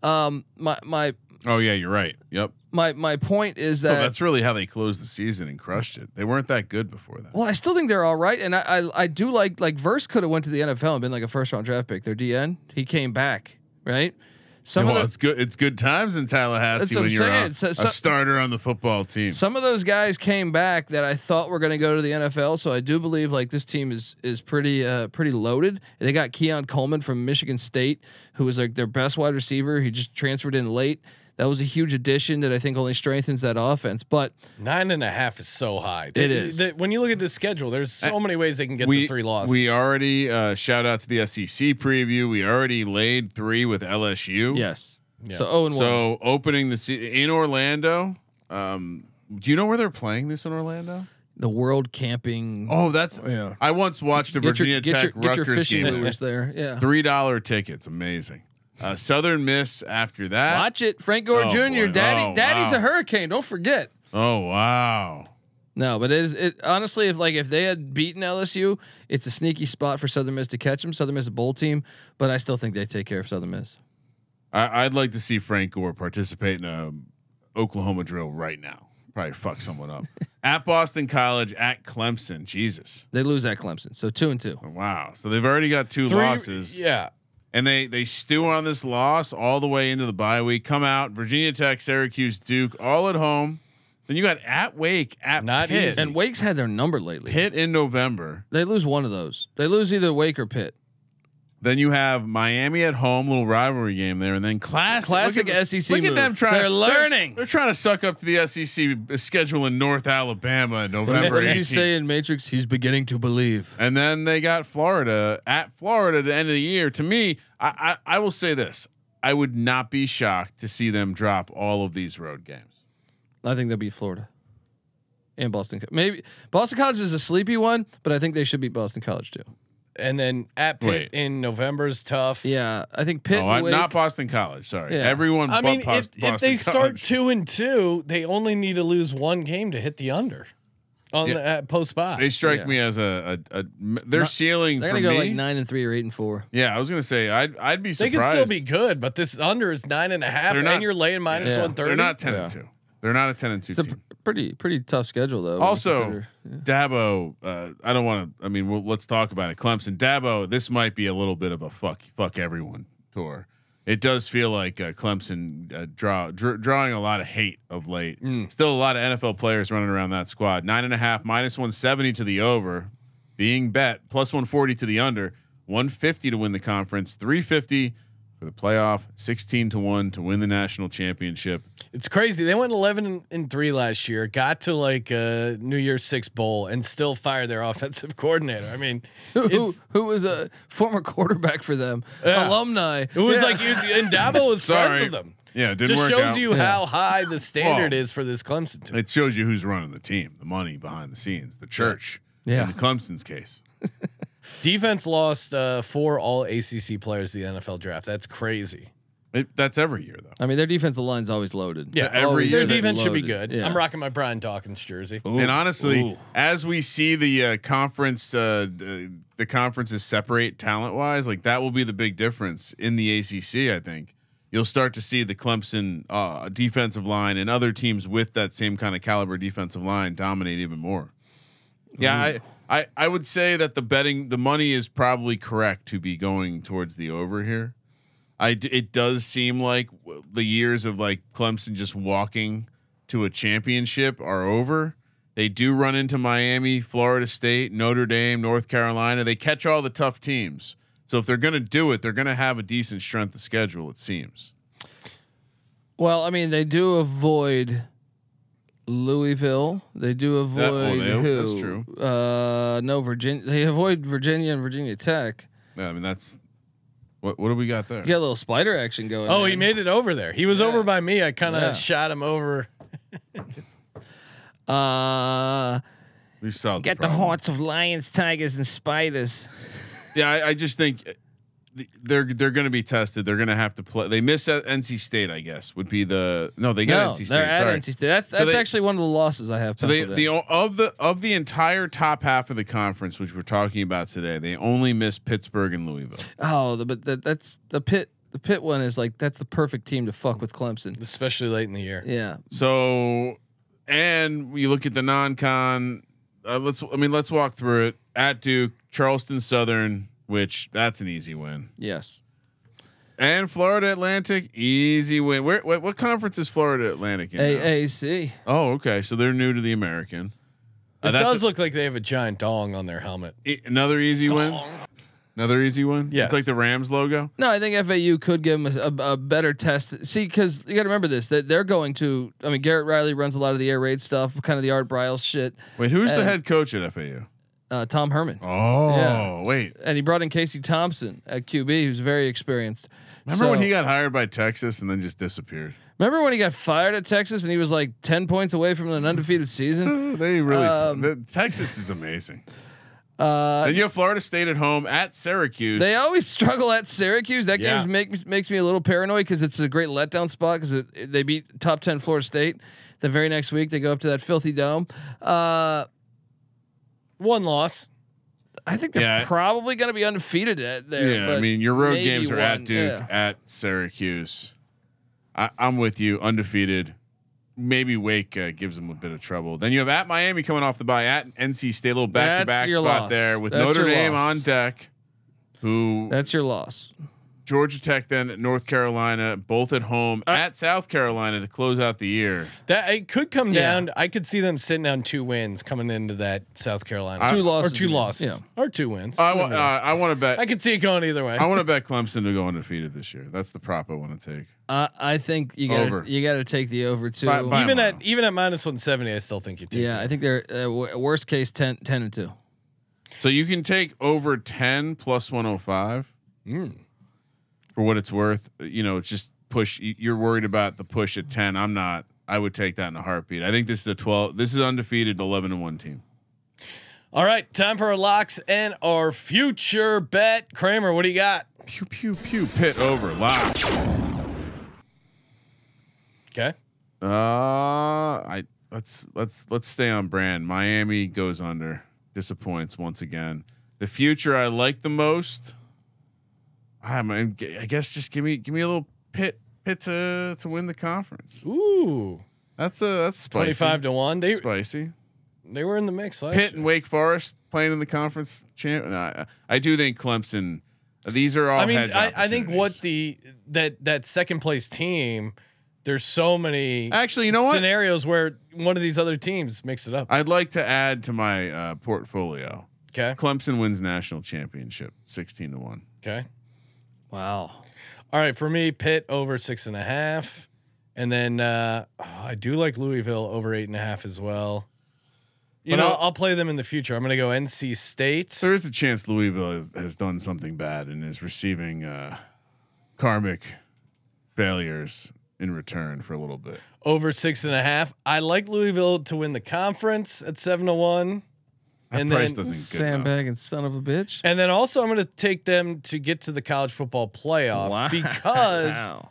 Speaker 8: um, my my
Speaker 7: Oh yeah, you're right. Yep.
Speaker 8: my my point is
Speaker 7: Oh,
Speaker 8: that
Speaker 7: that's really how they closed the season and crushed it. They weren't that good before that.
Speaker 8: well, I still think they're all right, and I I, I do like like Verse could have went to the NFL and been like a first round draft pick. Their DN, he came back, right? Some
Speaker 7: Well,
Speaker 8: of the,
Speaker 7: it's good. It's good times in Tallahassee
Speaker 8: That's what
Speaker 7: when
Speaker 8: I'm saying.
Speaker 7: you're a,
Speaker 8: So-
Speaker 7: a
Speaker 8: so-
Speaker 7: starter on the football team.
Speaker 8: some of those guys came back that I thought were going to go to the NFL. So I do believe like this team is is pretty uh, pretty loaded. They got Keon Coleman from Michigan State, who was like their best wide receiver. He just transferred in late. That was a huge addition that I think only strengthens that offense. But
Speaker 1: Nine and a half is so high.
Speaker 8: It is.
Speaker 1: the- when you look at the schedule, there's so many ways they can get to three losses.
Speaker 7: We already uh, shout out to the SEC preview. We already laid three with LSU.
Speaker 8: yes, so oh and one.
Speaker 7: So opening the se- in Orlando, um, Do you know where they're playing this in Orlando?
Speaker 8: The world camping.
Speaker 7: Oh, that's
Speaker 8: Yeah.
Speaker 7: I once watched a
Speaker 8: Get your-
Speaker 7: Virginia
Speaker 8: get your,
Speaker 7: Tech
Speaker 8: get your
Speaker 7: Rutgers
Speaker 8: fishing
Speaker 7: game.
Speaker 8: lures there. Yeah.
Speaker 7: Three dollar tickets, amazing. Uh, Southern Miss after that.
Speaker 8: Watch it, Frank Gore
Speaker 7: Oh,
Speaker 8: Jr.
Speaker 7: boy.
Speaker 8: Daddy,
Speaker 7: Oh,
Speaker 8: Daddy's
Speaker 7: wow.
Speaker 8: a hurricane. Don't forget.
Speaker 7: Oh wow.
Speaker 8: No, but it is it honestly if like if they had beaten LSU, it's a sneaky spot for Southern Miss to catch them. Southern Miss is a bowl team, but I still think they take care of Southern Miss.
Speaker 7: I, I'd like to see Frank Gore participate in a Oklahoma drill right now. Probably fuck
Speaker 1: (laughs)
Speaker 7: someone up at Boston College, at Clemson. Jesus,
Speaker 8: They lose at Clemson, so two and two.
Speaker 7: wow! So they've already got two
Speaker 1: Three-
Speaker 7: losses,
Speaker 1: Yeah.
Speaker 7: and they they stew on this loss all the way into the bye week. Come out, Virginia Tech, Syracuse, Duke, all at home. Then you got at Wake, at
Speaker 1: Not
Speaker 7: Pitt,
Speaker 1: easy.
Speaker 8: And Wake's had their number lately.
Speaker 7: Pitt in November.
Speaker 8: They lose one of those. They lose either Wake or Pitt.
Speaker 7: Then you have Miami at home, little rivalry game there, and then classic
Speaker 8: Classic
Speaker 7: look at the-
Speaker 8: SEC
Speaker 7: Look
Speaker 8: move.
Speaker 7: at them trying.
Speaker 8: They're learning.
Speaker 7: They're, trying to suck up to the SEC schedule in North Alabama in
Speaker 8: (laughs)
Speaker 7: November.
Speaker 8: what does he
Speaker 7: 18th.
Speaker 8: say in Matrix? He's beginning to believe.
Speaker 7: And then they got Florida at Florida at the end of the year. To me, I, I I will say this: I would not be shocked to see them drop all of these road games.
Speaker 8: I think they'll beat Florida and Boston. Co- Maybe Boston College is a sleepy one, but I think they should beat Boston College too.
Speaker 1: And then at Pitt
Speaker 7: Wait.
Speaker 1: in November is tough.
Speaker 8: Yeah, I think Pitt.
Speaker 7: Oh,
Speaker 8: and
Speaker 7: I'm
Speaker 8: Wake,
Speaker 7: not Boston College. Sorry,
Speaker 8: Yeah.
Speaker 7: everyone.
Speaker 1: I
Speaker 7: but
Speaker 1: mean, if,
Speaker 7: Bos-
Speaker 1: if they
Speaker 7: Boston
Speaker 1: start
Speaker 7: College.
Speaker 1: two and two, they only need to lose one game to hit the under on
Speaker 7: Yeah.
Speaker 1: the at post
Speaker 7: they
Speaker 1: bye.
Speaker 7: strike
Speaker 8: Yeah.
Speaker 7: me as a, a, a their ceiling
Speaker 8: They're
Speaker 7: for
Speaker 8: gonna
Speaker 7: me.
Speaker 8: go like nine and three or eight and four.
Speaker 7: yeah, I was gonna say I'd I'd be
Speaker 1: They
Speaker 7: surprised.
Speaker 1: can still be good, but this under is nine and a half,
Speaker 7: They're
Speaker 1: and
Speaker 7: not-
Speaker 1: you're laying minus
Speaker 8: Yeah.
Speaker 1: one thirty.
Speaker 7: They're not ten and
Speaker 8: Yeah.
Speaker 7: two. They're not a ten and two
Speaker 8: It's a
Speaker 7: team.
Speaker 8: pr- pretty pretty tough schedule though. when you
Speaker 7: also,
Speaker 8: consider-
Speaker 7: Dabo. Uh, I don't want to. I mean, we'll, let's talk about it. Clemson, Dabo. This might be a little bit of a fuck fuck everyone tour. It does feel like uh, Clemson uh, draw dr- drawing a lot of hate of late.
Speaker 1: Mm.
Speaker 7: Still a lot of NFL players running around that squad. Nine and a half, minus one seventy to the over, being bet plus one forty to the under, one fifty to win the conference, three fifty for the playoff, sixteen to one to win the national championship.
Speaker 1: It's crazy. They went 11 and- and 3 last year, got to like a New Year's Six bowl, and still fire their (laughs) offensive coordinator. I mean,
Speaker 8: who
Speaker 1: it's,
Speaker 8: who was a former quarterback for them,
Speaker 1: Yeah.
Speaker 8: alumni.
Speaker 1: it was
Speaker 8: Yeah.
Speaker 1: like, you- and Dabo was friends
Speaker 7: Sorry.
Speaker 1: with them.
Speaker 7: Yeah, it didn't
Speaker 1: Just
Speaker 7: work
Speaker 1: shows
Speaker 7: out.
Speaker 1: you how high the standard
Speaker 7: Well,
Speaker 1: is for this Clemson team.
Speaker 7: It shows you who's running the team, the money behind the scenes, the church.
Speaker 8: Yeah.
Speaker 7: In the Clemson's case.
Speaker 1: Defense lost uh, four all ACC players to the NFL draft. That's crazy.
Speaker 7: It, that's every year though.
Speaker 8: I mean, their defensive line's always loaded.
Speaker 1: Yeah,
Speaker 8: They're always
Speaker 1: Their
Speaker 7: year. Oh,
Speaker 1: defense should be
Speaker 8: loaded.
Speaker 1: good.
Speaker 8: Yeah.
Speaker 1: I'm rocking my Brian Dawkins jersey.
Speaker 7: And honestly,
Speaker 8: Ooh.
Speaker 7: as we see the uh, conference, uh, the, the conferences separate talent wise, like that will be the big difference in the ACC. I think you'll start to see the Clemson uh, defensive line and other teams with that same kind of caliber defensive line dominate even more. Yeah,
Speaker 8: Mm-hmm.
Speaker 7: I, I I would say that the betting, the money is probably correct to be going towards the over here. I d- it does seem like w- the years of like Clemson just walking to a championship are over. They do run into Miami, Florida State, Notre Dame, North Carolina. They catch all the tough teams. So if they're going to do it, they're going to have a decent strength of schedule. It seems.
Speaker 8: Well, I mean, they do avoid Louisville. They do avoid
Speaker 7: That- oh, they-
Speaker 8: who?
Speaker 7: that's true.
Speaker 8: Uh, no, Virginia. They avoid Virginia and Virginia Tech.
Speaker 7: Yeah, I mean that's what what do we got there?
Speaker 8: You got a little spider action going.
Speaker 1: Oh,
Speaker 8: man.
Speaker 1: he made it over there. He was
Speaker 8: Yeah.
Speaker 1: over by me. I kind of
Speaker 8: Yeah.
Speaker 1: shot him over.
Speaker 8: Uh,
Speaker 7: We solved
Speaker 5: Get the
Speaker 7: problem.
Speaker 5: hearts of lions, tigers, and spiders.
Speaker 7: Yeah, I, I just think uh, th- they're they're going to be tested. They're going to have to play. They miss at NC State, I guess, would be the no. They got
Speaker 8: no,
Speaker 7: NC State.
Speaker 8: they're at
Speaker 7: sorry.
Speaker 8: NC State. That's
Speaker 7: So
Speaker 8: that's
Speaker 7: they-
Speaker 8: actually one of the losses I have.
Speaker 7: So they,
Speaker 8: penciled
Speaker 7: the
Speaker 8: in.
Speaker 7: o- of the of the entire top half of the conference, which we're talking about today, they only miss Pittsburgh and Louisville.
Speaker 8: oh, the, but that that's the pit. The pit one is like that's the perfect team to fuck with Clemson.
Speaker 1: especially late in the year.
Speaker 8: Yeah,
Speaker 7: So, and we look at the non-con. Uh, let's I mean let's walk through it at Duke, Charleston Southern, which that's an easy win,
Speaker 8: Yes.
Speaker 7: and Florida Atlantic, easy win. Where what, what conference is Florida Atlantic in? now?
Speaker 8: AAC.
Speaker 7: Oh, okay, so they're new to the American. Uh,
Speaker 1: It
Speaker 7: that's
Speaker 1: does
Speaker 7: a-
Speaker 1: look like they have a giant dong on their helmet.
Speaker 7: e- another easy win. Another easy win.
Speaker 1: Yes.
Speaker 7: it's like the Rams logo.
Speaker 8: No, I think FAU could give them a, a- a better test. See, because you got to remember this that they're going to. I mean, Garrett Riley runs a lot of the air raid stuff, kind of the Art Briles shit.
Speaker 7: Wait, who's the
Speaker 8: Uh,
Speaker 7: head coach at FAU?
Speaker 8: uh, Tom Herman.
Speaker 7: Oh,
Speaker 8: Yeah.
Speaker 7: wait.
Speaker 8: And he brought in Casey Thompson at QB, who's very experienced.
Speaker 7: Remember when
Speaker 8: So-
Speaker 7: he got hired by Texas and then just disappeared?
Speaker 8: Remember when he got fired at Texas and he was like ten points away from an undefeated
Speaker 7: (laughs)
Speaker 8: season?
Speaker 7: They really
Speaker 8: Um,
Speaker 7: the- Texas
Speaker 8: (laughs)
Speaker 7: is amazing. Uh, and you have Florida State at home at Syracuse.
Speaker 8: They always struggle at Syracuse. That
Speaker 1: Yeah.
Speaker 8: game make, makes me a little paranoid because it's a great letdown spot because they beat top ten Florida State. The very next week they go up to that filthy dome. Uh,
Speaker 1: One loss.
Speaker 8: I think they're
Speaker 7: Yeah.
Speaker 8: probably going to be undefeated at there.
Speaker 7: yeah, I
Speaker 8: but
Speaker 7: mean your road
Speaker 8: maybe
Speaker 7: games are at
Speaker 8: one,
Speaker 7: Duke,
Speaker 8: yeah.
Speaker 7: at Syracuse. I, I'm with you, undefeated. Maybe Wake uh, gives them a bit of trouble. Then you have at Miami coming off the bye, at NC State, a little back to back
Speaker 8: That's your
Speaker 7: spot
Speaker 8: loss.
Speaker 7: there with
Speaker 8: That's
Speaker 7: Notre
Speaker 8: your
Speaker 7: Dame
Speaker 8: loss.
Speaker 7: on deck. Who
Speaker 8: That's your loss.
Speaker 7: Georgia Tech, then North Carolina, both at home at South Carolina to close out the year.
Speaker 1: That it could come
Speaker 8: Yeah.
Speaker 1: down. I could see them sitting on two wins coming into that South Carolina.
Speaker 7: I-
Speaker 8: Two
Speaker 1: or
Speaker 8: losses.
Speaker 1: two
Speaker 8: yeah.
Speaker 1: losses. Or two wins.
Speaker 7: I want. Uh, I want to bet.
Speaker 1: I could see it going either way.
Speaker 7: I want to bet Clemson to go undefeated this year. That's the prop I want to take.
Speaker 8: I I think you
Speaker 7: Over.
Speaker 8: got you got to take the over too.
Speaker 7: By- by-
Speaker 1: even
Speaker 7: Wow.
Speaker 1: at even at minus one seventy, I still think you take.
Speaker 8: yeah,
Speaker 1: it.
Speaker 8: I think they're uh, w- worst case 10, 10 and two.
Speaker 7: So you can take over ten plus one hundred five for what it's worth. You know, it's just push. y- You're worried about the push at ten. I'm not. I would take that in a heartbeat. I think this is a twelve. This is undefeated eleven and one team.
Speaker 1: All right, time for our locks and our future bet. Kramer, what do you got?
Speaker 7: Pew pew pew. Pit over lock.
Speaker 1: Okay.
Speaker 7: Uh, I let's let's let's stay on brand. Miami goes under, disappoints once again. The future I like the most. I mean, g- I guess just give me give me a little pit pit to to win the conference.
Speaker 1: Ooh.
Speaker 7: That's a that's spicy.
Speaker 1: 25 to 1. They
Speaker 7: spicy.
Speaker 1: they were in the mix last
Speaker 7: Pitt
Speaker 1: year.
Speaker 7: and Wake Forest playing in the conference champ. No, I, I do think Clemson. These are all.
Speaker 1: I mean,
Speaker 7: hedge
Speaker 1: I, I think what
Speaker 7: opportunities.
Speaker 1: the that that second place team, there's so many
Speaker 7: actually you know what
Speaker 1: scenarios where one of these other teams mix it up.
Speaker 7: I'd like to add to my uh, portfolio.
Speaker 1: Okay.
Speaker 7: Clemson wins national championship, sixteen to one.
Speaker 1: Okay.
Speaker 8: Wow.
Speaker 1: All right, for me, Pitt over six and a half. And then uh, oh, I do like Louisville over eight and a half as well. but
Speaker 7: You know,
Speaker 1: I'll, I'll play them in the future. I'm going to go NC State.
Speaker 7: there is a chance Louisville has, has done something bad and is receiving uh, karmic failures in return for a little bit.
Speaker 1: over six and a half. I like Louisville to win the conference at seven to one,
Speaker 7: That
Speaker 1: And
Speaker 7: price
Speaker 1: then-
Speaker 7: doesn't good enough.
Speaker 8: Sandbag and son of a bitch.
Speaker 1: and then also I'm going to take them to get to the college football playoff
Speaker 8: (laughs)
Speaker 7: (laughs)
Speaker 1: because
Speaker 8: Wow.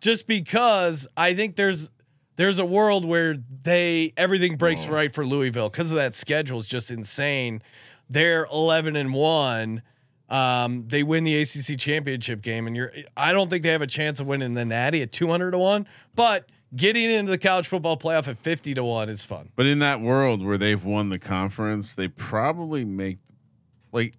Speaker 1: just because I think there's there's a world where they everything breaks
Speaker 7: Whoa.
Speaker 1: right for Louisville because of that schedule is just insane. They're eleven and one. Um, they win the ACC championship game, and you're. I don't think they have a chance of winning the Natty at two hundred to one, but getting into the college football playoff at fifty to one is fun.
Speaker 7: But in that world where they've won the conference, they probably make like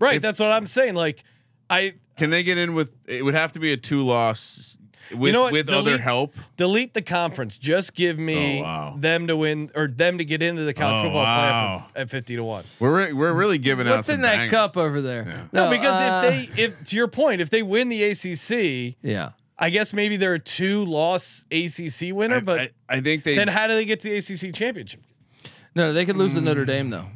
Speaker 1: Right,
Speaker 7: If-
Speaker 1: that's what I'm saying. Like, I
Speaker 7: can they get in with it would have to be a two loss with
Speaker 1: know what?
Speaker 7: with other
Speaker 1: Delete-
Speaker 7: help.
Speaker 1: delete the conference. Just give me
Speaker 7: Oh, wow.
Speaker 1: them to win or them to get into the college
Speaker 7: Oh,
Speaker 1: football
Speaker 7: wow.
Speaker 1: playoff at, at fifty to one.
Speaker 7: We're re- we're really giving out
Speaker 8: What's
Speaker 7: some
Speaker 8: in that
Speaker 7: bangers.
Speaker 8: cup over there?
Speaker 1: No, because
Speaker 8: uh,
Speaker 1: if they, if to your point, if they win the ACC,
Speaker 8: yeah,
Speaker 1: I guess maybe they're a two loss ACC winner.
Speaker 7: I,
Speaker 1: but
Speaker 7: I, I think they
Speaker 1: then how do they get to the ACC championship?
Speaker 8: no, they could lose to Notre Dame though,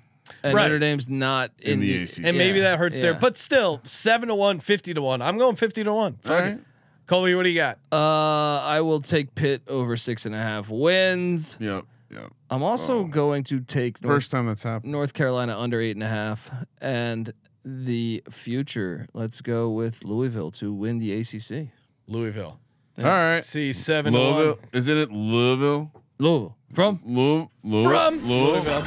Speaker 8: and
Speaker 1: Right.
Speaker 8: Notre Dame's not in,
Speaker 7: In the
Speaker 8: the
Speaker 7: ACC.
Speaker 1: And maybe
Speaker 8: Yeah,
Speaker 1: that hurts there.
Speaker 8: yeah.
Speaker 1: But still, seven to one, 50 to one. I'm going fifty to one.
Speaker 7: All
Speaker 1: Fuck
Speaker 7: right.
Speaker 1: it. Colby, what do you got?
Speaker 8: Uh, I will take Pitt over six and a half wins.
Speaker 7: Yep. Yep.
Speaker 8: I'm also going to take North,
Speaker 7: First time that's happened.
Speaker 8: North Carolina under eight and a half, and the future. Let's go with Louisville to win the ACC.
Speaker 1: Louisville.
Speaker 7: All right.
Speaker 1: C seven to one.
Speaker 7: Louisville. Isn't it Louisville?
Speaker 8: Louisville from
Speaker 7: Lou, Lou,
Speaker 1: From
Speaker 7: Louisville.
Speaker 1: Louisville.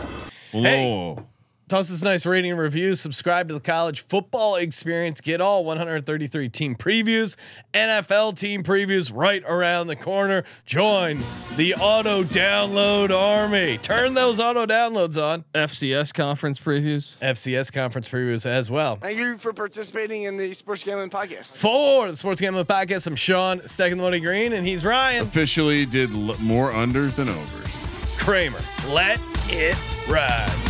Speaker 7: Louisville.
Speaker 1: Toss us a nice rating and review. Subscribe to the College Football Experience. Get all 133 team previews, NFL team previews right around the corner. Join the auto download army. Turn those auto downloads on.
Speaker 8: FCS conference previews.
Speaker 1: FCS conference previews as well.
Speaker 9: Thank you for participating in the Sports Gambling Podcast.
Speaker 1: For the Sports Gambling Podcast, I'm Sean Second Loading Green, and he's Ryan
Speaker 7: Officially did l- more unders than overs.
Speaker 1: Kramer. Let it ride.